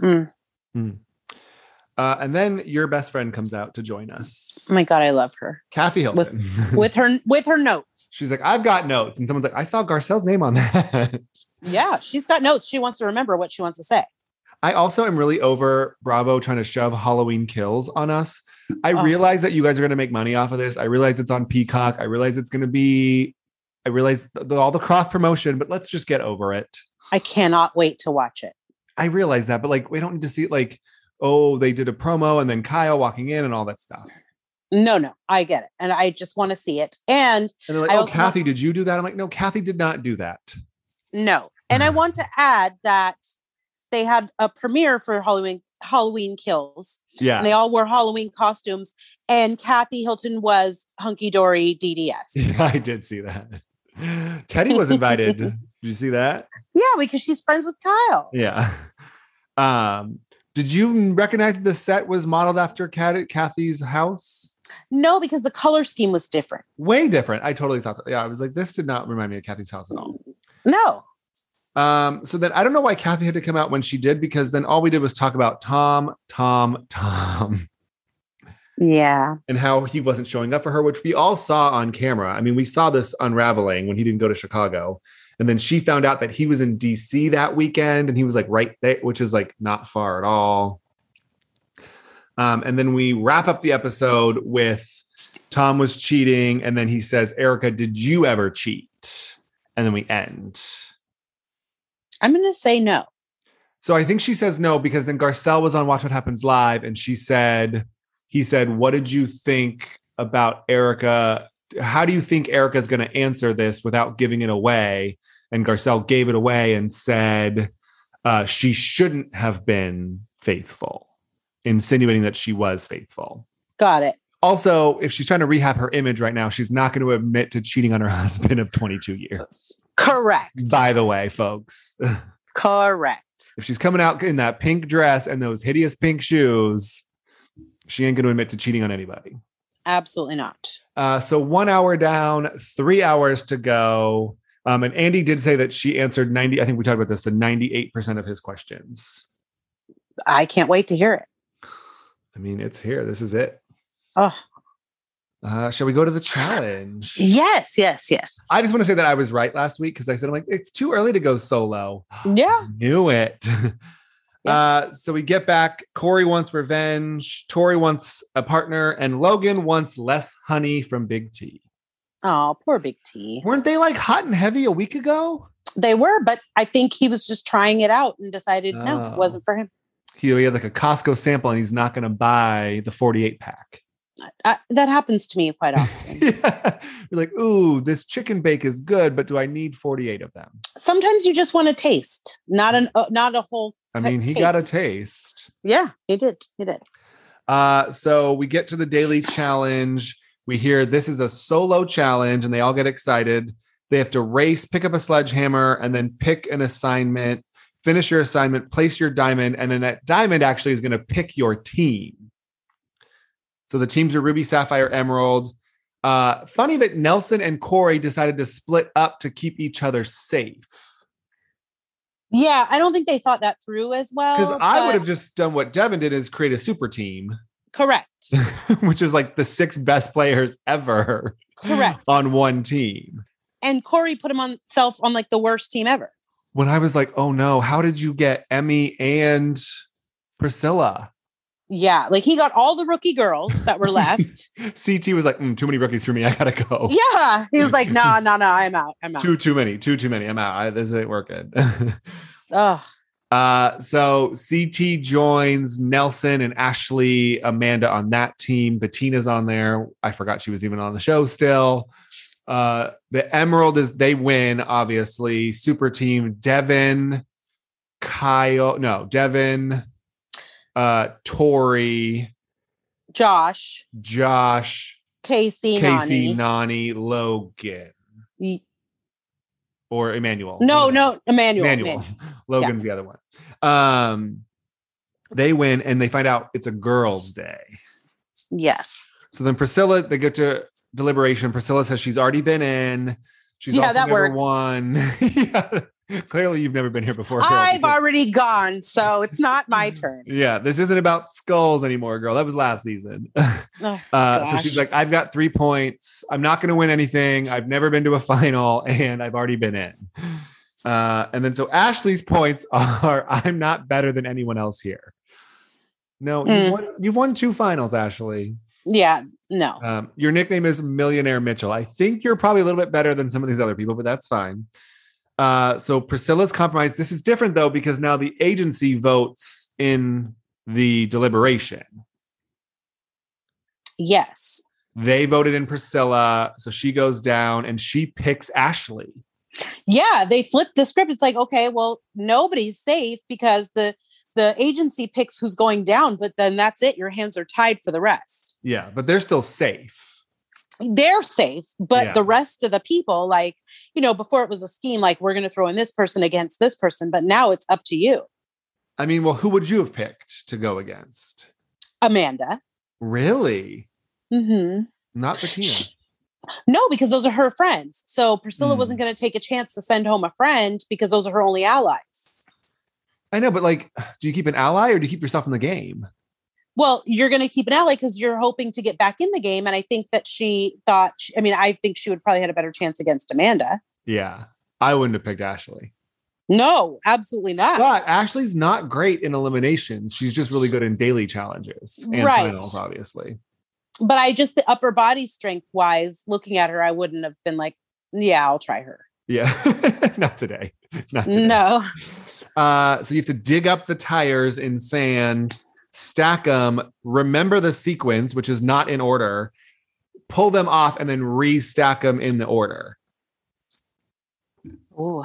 Speaker 2: Mm.
Speaker 1: Uh, and then your best friend comes out to join us,
Speaker 2: oh my god i love her
Speaker 1: Kathy Hilton.
Speaker 2: With-
Speaker 1: Hmm.
Speaker 2: with her with her notes
Speaker 1: She's like, I've got notes. And someone's like, I saw Garcelle's name on that.
Speaker 2: yeah she's got notes she wants to remember what she wants to say
Speaker 1: I also am really over Bravo trying to shove Halloween kills on us. I
Speaker 2: Oh.
Speaker 1: realize that you guys are going to make money off of this. I realize it's on Peacock. I realize it's going to be, I realize th- th- all the cross promotion, but let's just get over it.
Speaker 2: i cannot wait to watch it
Speaker 1: I realize that, but like, we don't need to see it like, oh, they did a promo and then Kyle walking in and all that stuff.
Speaker 2: no no i get it and i just want to see it and
Speaker 1: And they're like,
Speaker 2: I
Speaker 1: oh,
Speaker 2: also-
Speaker 1: Kathy, did you do that? I'm like, no, Kathy did not do that.
Speaker 2: No. And I want to add that they had a premiere for Halloween Halloween Kills.
Speaker 1: Yeah.
Speaker 2: And they all wore Halloween costumes and Kathy Hilton was hunky dory DDS.
Speaker 1: I did see that. Teddy was invited. did you see that?
Speaker 2: yeah, because she's friends with Kyle.
Speaker 1: Yeah. Um, did you recognize the set was modeled after Kat- Kathy's house?
Speaker 2: No, because the color scheme was different.
Speaker 1: Way different. I totally thought that. Yeah, I was like, this did not remind me of Kathy's house at all.
Speaker 2: No.
Speaker 1: Um, so then I don't know why Kathy had to come out when she did, because then all we did was talk about Tom, Tom, Tom,
Speaker 2: Yeah.
Speaker 1: and how he wasn't showing up for her, which we all saw on camera. I mean, we saw this unraveling when he didn't go to Chicago. And then she found out that he was in DC that weekend and he was like right there, which is like not far at all. Um, and then we wrap up the episode with Tom was cheating. And then he says, Erica, did you ever cheat? And then we end.
Speaker 2: I'm gonna say no.
Speaker 1: So I think she says no because then Garcelle was on Watch What Happens Live and she said, he said, What did you think about Erica? How do you think Erica's going to answer this without giving it away? And Garcelle gave it away and said, uh, She shouldn't have been faithful, insinuating that she was faithful.
Speaker 2: Got it.
Speaker 1: Also, if she's trying to rehab her image right now, she's not going to admit to cheating on her husband of 22 years.
Speaker 2: Correct.
Speaker 1: By the way, folks.
Speaker 2: Correct.
Speaker 1: if she's coming out in that pink dress and those hideous pink shoes, she ain't going to admit to cheating on anybody.
Speaker 2: Absolutely not.
Speaker 1: Uh, so one hour down, three hours to go. Um, and Andy did say that she answered 90, I think we talked about this, the 98% of his questions.
Speaker 2: I can't wait to hear it.
Speaker 1: I mean, it's here. This is it.
Speaker 2: Oh
Speaker 1: Uh, shall we go to the challenge?
Speaker 2: yes, yes, yes.
Speaker 1: I just want to say that I was right last week because I said, I'm like, it's too early to go solo.
Speaker 2: yeah.
Speaker 1: Knew it. Uh, so we get back. Corey wants revenge. Tori wants a partner, and Logan wants less honey from Big T.
Speaker 2: Oh, poor Big T.
Speaker 1: Weren't they like hot and heavy a week ago?
Speaker 2: They were, but I think he was just trying it out and decided no,
Speaker 1: Oh.
Speaker 2: it wasn't for him.
Speaker 1: He, he had like a Costco sample, and he's not going to buy the forty-eight pack.
Speaker 2: I, that happens to me quite often.
Speaker 1: yeah. You're like, ooh, this chicken bake is good, but do I need forty-eight of them?
Speaker 2: Sometimes you just want to taste, not an uh, not a whole.
Speaker 1: I
Speaker 2: Cut
Speaker 1: mean, he got a
Speaker 2: case.
Speaker 1: taste.
Speaker 2: Yeah, he did. He did.
Speaker 1: Uh, so we get to the daily challenge. We hear this is a solo challenge, and they all get excited. They have to race, pick up a sledgehammer, and then pick an assignment, finish your assignment, place your diamond, and then that diamond actually is going to pick your team. So the teams are Ruby, Sapphire, Emerald. Uh, funny that Nelson and Corey decided to split up to keep each other safe.
Speaker 2: Yeah, I don't think they thought that through as well.
Speaker 1: Because I
Speaker 2: Oh, but-
Speaker 1: would have just done what Devin did is create a super team,
Speaker 2: correct,
Speaker 1: which is like the six best players ever.
Speaker 2: correct.
Speaker 1: on one team.
Speaker 2: And Corey put himself on like the worst team ever.
Speaker 1: When I was like, oh no, how did you get Emmy and Priscilla?
Speaker 2: Yeah, like he got all the rookie girls that were left.
Speaker 1: CT was like, mm, too many rookies for me. I gotta go.
Speaker 2: yeah, he was like, no, no, no, I'm out. I'm out.
Speaker 1: Too, too many, too, too many. I'm out. I, this ain't working.
Speaker 2: Ugh.
Speaker 1: uh, so CT joins Nelson and Ashley, Amanda on that team. Bettina's on there. I forgot she was even on the show still. Uh, the Emerald is they win, obviously. Super team Devin, Kyle, no, Devin, uh, Tori,
Speaker 2: Josh,
Speaker 1: Josh,
Speaker 2: Casey,
Speaker 1: Casey,
Speaker 2: Nani.
Speaker 1: Nani, Logan,
Speaker 2: Y-
Speaker 1: or Emmanuel.
Speaker 2: No,
Speaker 1: One of them.
Speaker 2: no, Emmanuel.
Speaker 1: Manual. Logan's the other one. Um, they win and they find out it's a girl's day.
Speaker 2: Yes.
Speaker 1: So then Priscilla, they go to deliberation. Priscilla says she's already been in. She's
Speaker 2: Yeah,
Speaker 1: also
Speaker 2: that
Speaker 1: never
Speaker 2: works.
Speaker 1: won. yeah. Clearly, you've never been here before. girl,
Speaker 2: I've
Speaker 1: because-
Speaker 2: already gone, so it's not my turn.
Speaker 1: Yeah, this isn't about skulls anymore, girl. That was last season.
Speaker 2: Ugh,
Speaker 1: Uh, so
Speaker 2: gosh.
Speaker 1: she's like, I've got three points. I'm not going to win anything. I've never been to a final, and I've already been in. Uh, and then so Ashley's points are, I'm not better than anyone else here. No,
Speaker 2: Mm.
Speaker 1: you've, won, you've won two finals, Ashley.
Speaker 2: yeah, no.
Speaker 1: Um, your nickname is Millionaire Mitchell. I think you're probably a little bit better than some of these other people, but that's fine. Uh, so Priscilla's compromise. This is different though because now the agency votes in the deliberation.
Speaker 2: Yes.
Speaker 1: They voted in Priscilla, so she goes down and she picks Ashley.
Speaker 2: Yeah, they flipped the script. It's like, okay, well, nobody's safe because the the agency picks who's going down, but then that's it. Your hands are tied for the rest.
Speaker 1: Yeah, but they're still safe.
Speaker 2: They're safe, but
Speaker 1: Yeah.
Speaker 2: the rest of the people, like, you know, before it was a scheme, like we're gonna throw in this person against this person, but now it's up to you.
Speaker 1: I mean, well, who would you have picked to go against?
Speaker 2: Amanda.
Speaker 1: Really?
Speaker 2: hmm
Speaker 1: Not Bettina.
Speaker 2: No, because those are her friends. So Priscilla
Speaker 1: Mm.
Speaker 2: wasn't going to take a chance to send home a friend because those are her only allies.
Speaker 1: I know, but like, do you keep an ally or do you keep yourself in the game?
Speaker 2: Well, you're going to keep an ally because you're hoping to get back in the game. And I think that she thought, she, I mean, I think she would probably had a better chance against Amanda.
Speaker 1: Yeah, I wouldn't have picked Ashley.
Speaker 2: No, absolutely not.
Speaker 1: But Ashley's not great in eliminations. She's just really good in daily challenges and
Speaker 2: Right.
Speaker 1: finals, obviously.
Speaker 2: But I just, the upper body strength wise, looking at her, I wouldn't have been like, yeah, I'll try her.
Speaker 1: Yeah. not today. Not today.
Speaker 2: No.
Speaker 1: Uh, so you have to dig up the tires in sand, stack them, remember the sequence, which is not in order, pull them off, and then restack them in the order.
Speaker 2: Ooh.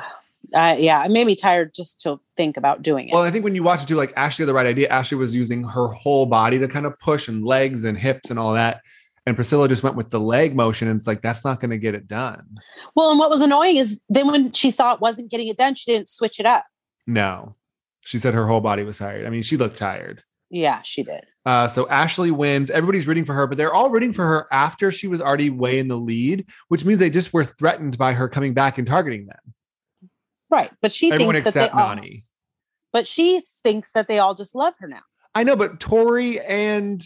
Speaker 2: Uh, yeah, it made me tired just to think about doing it.
Speaker 1: Well, I think when you watch it too, like Ashley had the right idea. Ashley was using her whole body to kind of push and legs and hips and all that. And Priscilla just went with the leg motion, and it's like that's not going to get it done.
Speaker 2: Well, and what was annoying is then when she saw it wasn't getting it done, she didn't switch it up.
Speaker 1: No. She said her whole body was tired. I mean, she looked tired.
Speaker 2: Yeah, she did.
Speaker 1: Uh, so Ashley wins. Everybody's rooting for her, but they're all rooting for her after she was already way in the lead, which means they just were threatened by her coming back and targeting them.
Speaker 2: Right. But she
Speaker 1: Everyone
Speaker 2: thinks that
Speaker 1: except
Speaker 2: they all,
Speaker 1: Nani.
Speaker 2: but she thinks that they all just love her now.
Speaker 1: I know, but Tori and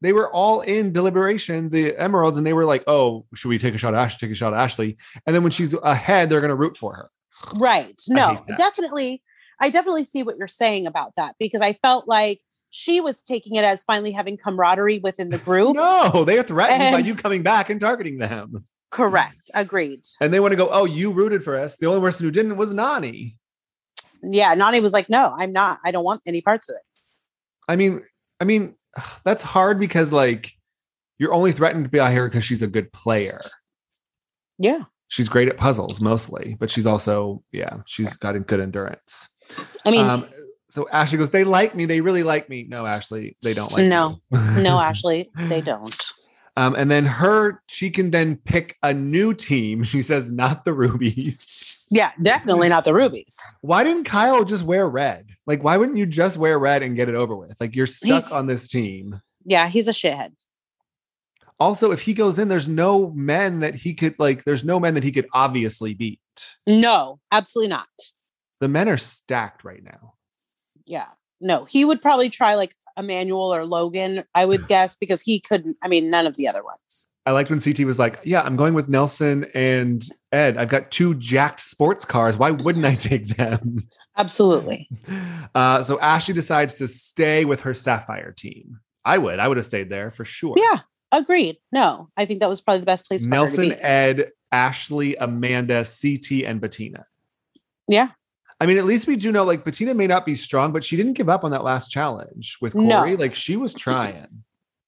Speaker 1: they were all in deliberation, the Emeralds, and they were like, oh, should we take a shot at Ashley? Take a shot at Ashley. And then when she's ahead, they're going to root for her.
Speaker 2: Right. No,
Speaker 1: hate that.
Speaker 2: definitely. I definitely see what you're saying about that because I felt like she was taking it as finally having camaraderie within the group.
Speaker 1: No, they are threatened by
Speaker 2: And-
Speaker 1: you coming back and targeting them.
Speaker 2: Correct. Agreed.
Speaker 1: And they want to go, oh, you rooted for us. The only person who didn't was Nani.
Speaker 2: Yeah. Nani was like, no, I'm not. I don't want any parts of this.
Speaker 1: I mean, I mean, that's hard because like you're only threatened by her because she's a good player.
Speaker 2: Yeah.
Speaker 1: She's great at puzzles mostly, but she's also yeah, she's got a good endurance.
Speaker 2: I mean,
Speaker 1: um, so Ashley goes, "They like me. They really like me." No, Ashley, they don't like.
Speaker 2: No.
Speaker 1: you.
Speaker 2: no, Ashley, they don't.
Speaker 1: um, and then her, she can then pick a new team. She says, "Not the rubies."
Speaker 2: Yeah, definitely not the rubies.
Speaker 1: Why didn't Kyle just wear red? Like, why wouldn't you just wear red and get it over with? Like, you're stuck
Speaker 2: He's-
Speaker 1: on this team.
Speaker 2: Yeah, he's a shithead.
Speaker 1: Also, if he goes in, there's no men that he could like. There's no men that he could obviously beat.
Speaker 2: No, absolutely not.
Speaker 1: The men are stacked right now.
Speaker 2: Yeah. No, he would probably try like Emmanuel or Logan, I would guess, because he couldn't. I mean, none of the other ones.
Speaker 1: I liked when CT was like, "Yeah, I'm going with Nelson and Ed. I've got two jacked sports cars. Why wouldn't I take them?"
Speaker 2: Absolutely.
Speaker 1: Uh, so Ashley decides to stay with her Sapphire team. I would. I would have stayed there for sure.
Speaker 2: Yeah. Agreed. No, I think that was probably the best place for
Speaker 1: Nelson,
Speaker 2: her to be.
Speaker 1: Ed, Ashley, Amanda, CT, and Bettina.
Speaker 2: Yeah.
Speaker 1: I mean, at least we do know like Bettina may not be strong, but she didn't give up on that last challenge with
Speaker 2: No.
Speaker 1: Corey. Like she was trying.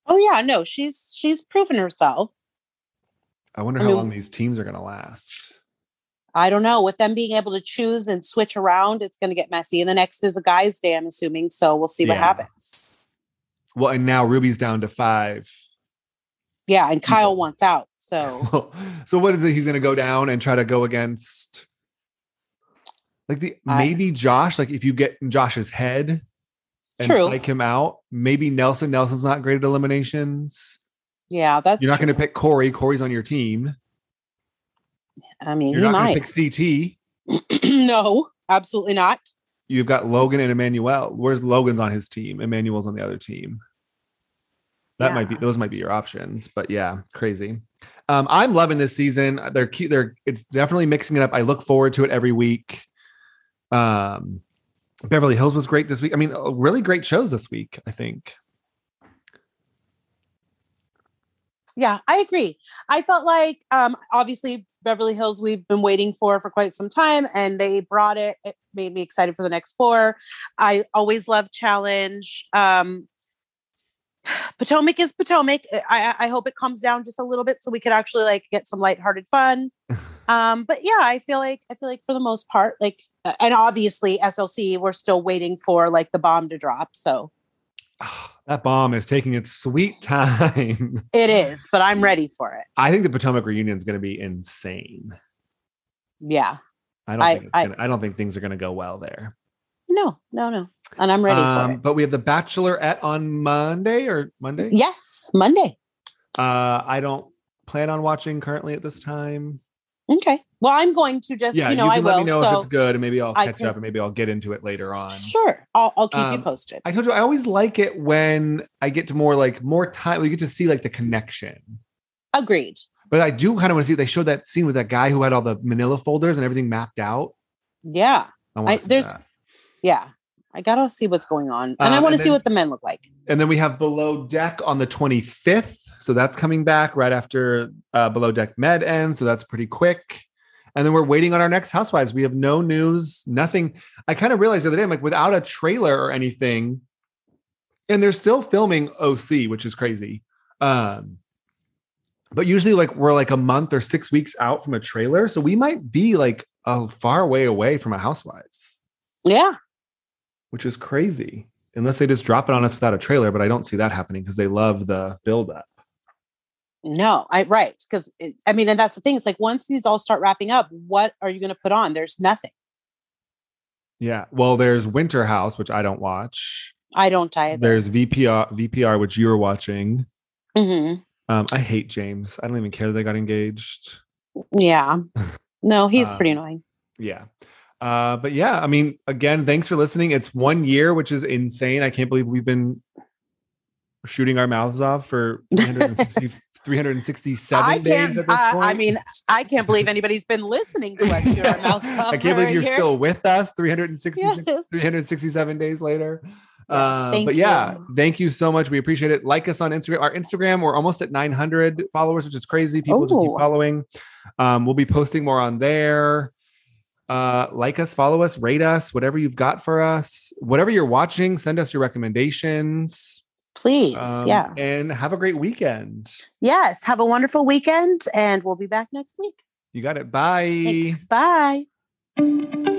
Speaker 2: Oh yeah, no, she's she's proven herself.
Speaker 1: I wonder
Speaker 2: I
Speaker 1: how
Speaker 2: mean-
Speaker 1: long these teams are going to last.
Speaker 2: I don't know. With them being able to choose and switch around, it's going to get messy. And the next is a guy's day, I'm assuming. So we'll see what
Speaker 1: Yeah.
Speaker 2: happens.
Speaker 1: Well, and now Ruby's down to five.
Speaker 2: Yeah. And Kyle
Speaker 1: People.
Speaker 2: wants out. So
Speaker 1: so what is it? He's going to go down and try to go against like the
Speaker 2: I-
Speaker 1: maybe Josh. Like if you get in Josh's head and
Speaker 2: True.
Speaker 1: psych him out, maybe Nelson. Nelson's not great at eliminations.
Speaker 2: yeah, that's
Speaker 1: you're not
Speaker 2: true.
Speaker 1: going to pick Corey. Corey's on your team.
Speaker 2: I mean,
Speaker 1: You're
Speaker 2: he
Speaker 1: not
Speaker 2: might.
Speaker 1: going to pick CT.
Speaker 2: no, absolutely not.
Speaker 1: You've got Logan and Emmanuel. Where's Logan's on his team? Emmanuel's on the other team. That might be
Speaker 2: Yeah.
Speaker 1: those might be your options, but yeah, crazy. Um, I'm loving this season. They're key, they're it's definitely mixing it up. I look forward to it every week. Um, Beverly Hills was great this week. I mean, uh, really great shows this week. I think.
Speaker 2: Yeah, I agree. I felt like um, obviously Beverly Hills we've been waiting for for quite some time, and they brought it. It made me excited for the next four. I always love challenge. Um, Potomac is Potomac. I, I I hope it comes down just a little bit so we could actually like get some lighthearted fun. Um, but yeah, I feel like I feel like for the most part, like uh, and obviously SLC, we're still waiting for like the bomb to drop. So
Speaker 1: Ah, that bomb is taking its sweet time.
Speaker 2: it is, but I'm ready for it.
Speaker 1: I think the Potomac reunion is going to be insane.
Speaker 2: Yeah.
Speaker 1: I don't.
Speaker 2: I-
Speaker 1: think it's
Speaker 2: I-
Speaker 1: gonna, I don't think things are going to go well there. Um,
Speaker 2: No, no, no. And I'm ready for it.
Speaker 1: But we have the Bachelorette on Monday or Monday.
Speaker 2: Yes, Monday.
Speaker 1: Uh, I don't plan on watching currently at this time.
Speaker 2: Okay. Well, I'm going to just,
Speaker 1: yeah,
Speaker 2: you know,
Speaker 1: you
Speaker 2: I
Speaker 1: can
Speaker 2: will.
Speaker 1: let me know if it's
Speaker 2: so
Speaker 1: good, and maybe I'll
Speaker 2: I
Speaker 1: catch
Speaker 2: can-
Speaker 1: up, and maybe I'll get into it later on.
Speaker 2: sure, I'll, I'll keep you
Speaker 1: Um,
Speaker 2: posted.
Speaker 1: I told you I always like it when I get to more like more time. We get to see like the connection.
Speaker 2: Agreed.
Speaker 1: But I do kind of want to see. They showed that scene with that guy who had all the Manila folders and everything mapped out.
Speaker 2: Yeah,
Speaker 1: I want
Speaker 2: I-
Speaker 1: to see
Speaker 2: there's-
Speaker 1: that.
Speaker 2: yeah. I gotta see what's going on, and I
Speaker 1: Um,
Speaker 2: want
Speaker 1: and
Speaker 2: to see
Speaker 1: then-
Speaker 2: what the men look like.
Speaker 1: And then we have Below Deck on the 25th. So that's coming back right after uh, Below Deck Med ends. So that's pretty quick. And then we're waiting on our next Housewives. We have no news, nothing. I kind of realized the other day, I'm like, without a trailer or anything, and they're still filming OC, which is crazy. Um, but usually, like, we're like a month or six weeks out from a trailer. So we might be like a far way away from a Housewives,
Speaker 2: Yeah,
Speaker 1: which is crazy. Unless they just drop it on us without a trailer, but I don't see that happening because they love the buildup.
Speaker 2: no, I right because I mean, and that's the thing. It's like once these all start wrapping up, what are you gonna put on? There's nothing.
Speaker 1: Yeah. Well, there's Winter House, which I don't watch.
Speaker 2: I don't either.
Speaker 1: There's VPR, VPR, which you're watching.
Speaker 2: Mhm.
Speaker 1: Um, I hate James. I don't even care that they got engaged.
Speaker 2: Yeah. No, he's pretty
Speaker 1: Um,
Speaker 2: annoying.
Speaker 1: Yeah. Uh, but yeah, I mean, again, thanks for listening. It's one year, which is insane. I can't believe we've been shooting our mouths off for 360, 367
Speaker 2: I
Speaker 1: days
Speaker 2: can't-
Speaker 1: at this
Speaker 2: uh, I
Speaker 1: point.
Speaker 2: mean, I can't believe anybody's been listening to us. shoot our mouths off
Speaker 1: I
Speaker 2: for
Speaker 1: can't believe
Speaker 2: a
Speaker 1: you're
Speaker 2: year.
Speaker 1: still with us 366
Speaker 2: Yes.
Speaker 1: 367 days later. Uh,
Speaker 2: thank
Speaker 1: but yeah,
Speaker 2: you.
Speaker 1: thank you so much. We appreciate it. Like us on Instagram. Our Instagram, we're almost at 900 followers, which is crazy. People just keep
Speaker 2: Oh.
Speaker 1: following. Um, we'll be posting more on there. Uh, like us, follow us, rate us, whatever you've got for us, whatever you're watching, send us your recommendations.
Speaker 2: Please,
Speaker 1: Um,
Speaker 2: yeah.
Speaker 1: And have a great weekend.
Speaker 2: Yes. Have a wonderful weekend, and we'll be back next week.
Speaker 1: You got it. Bye.
Speaker 2: Thanks. Bye.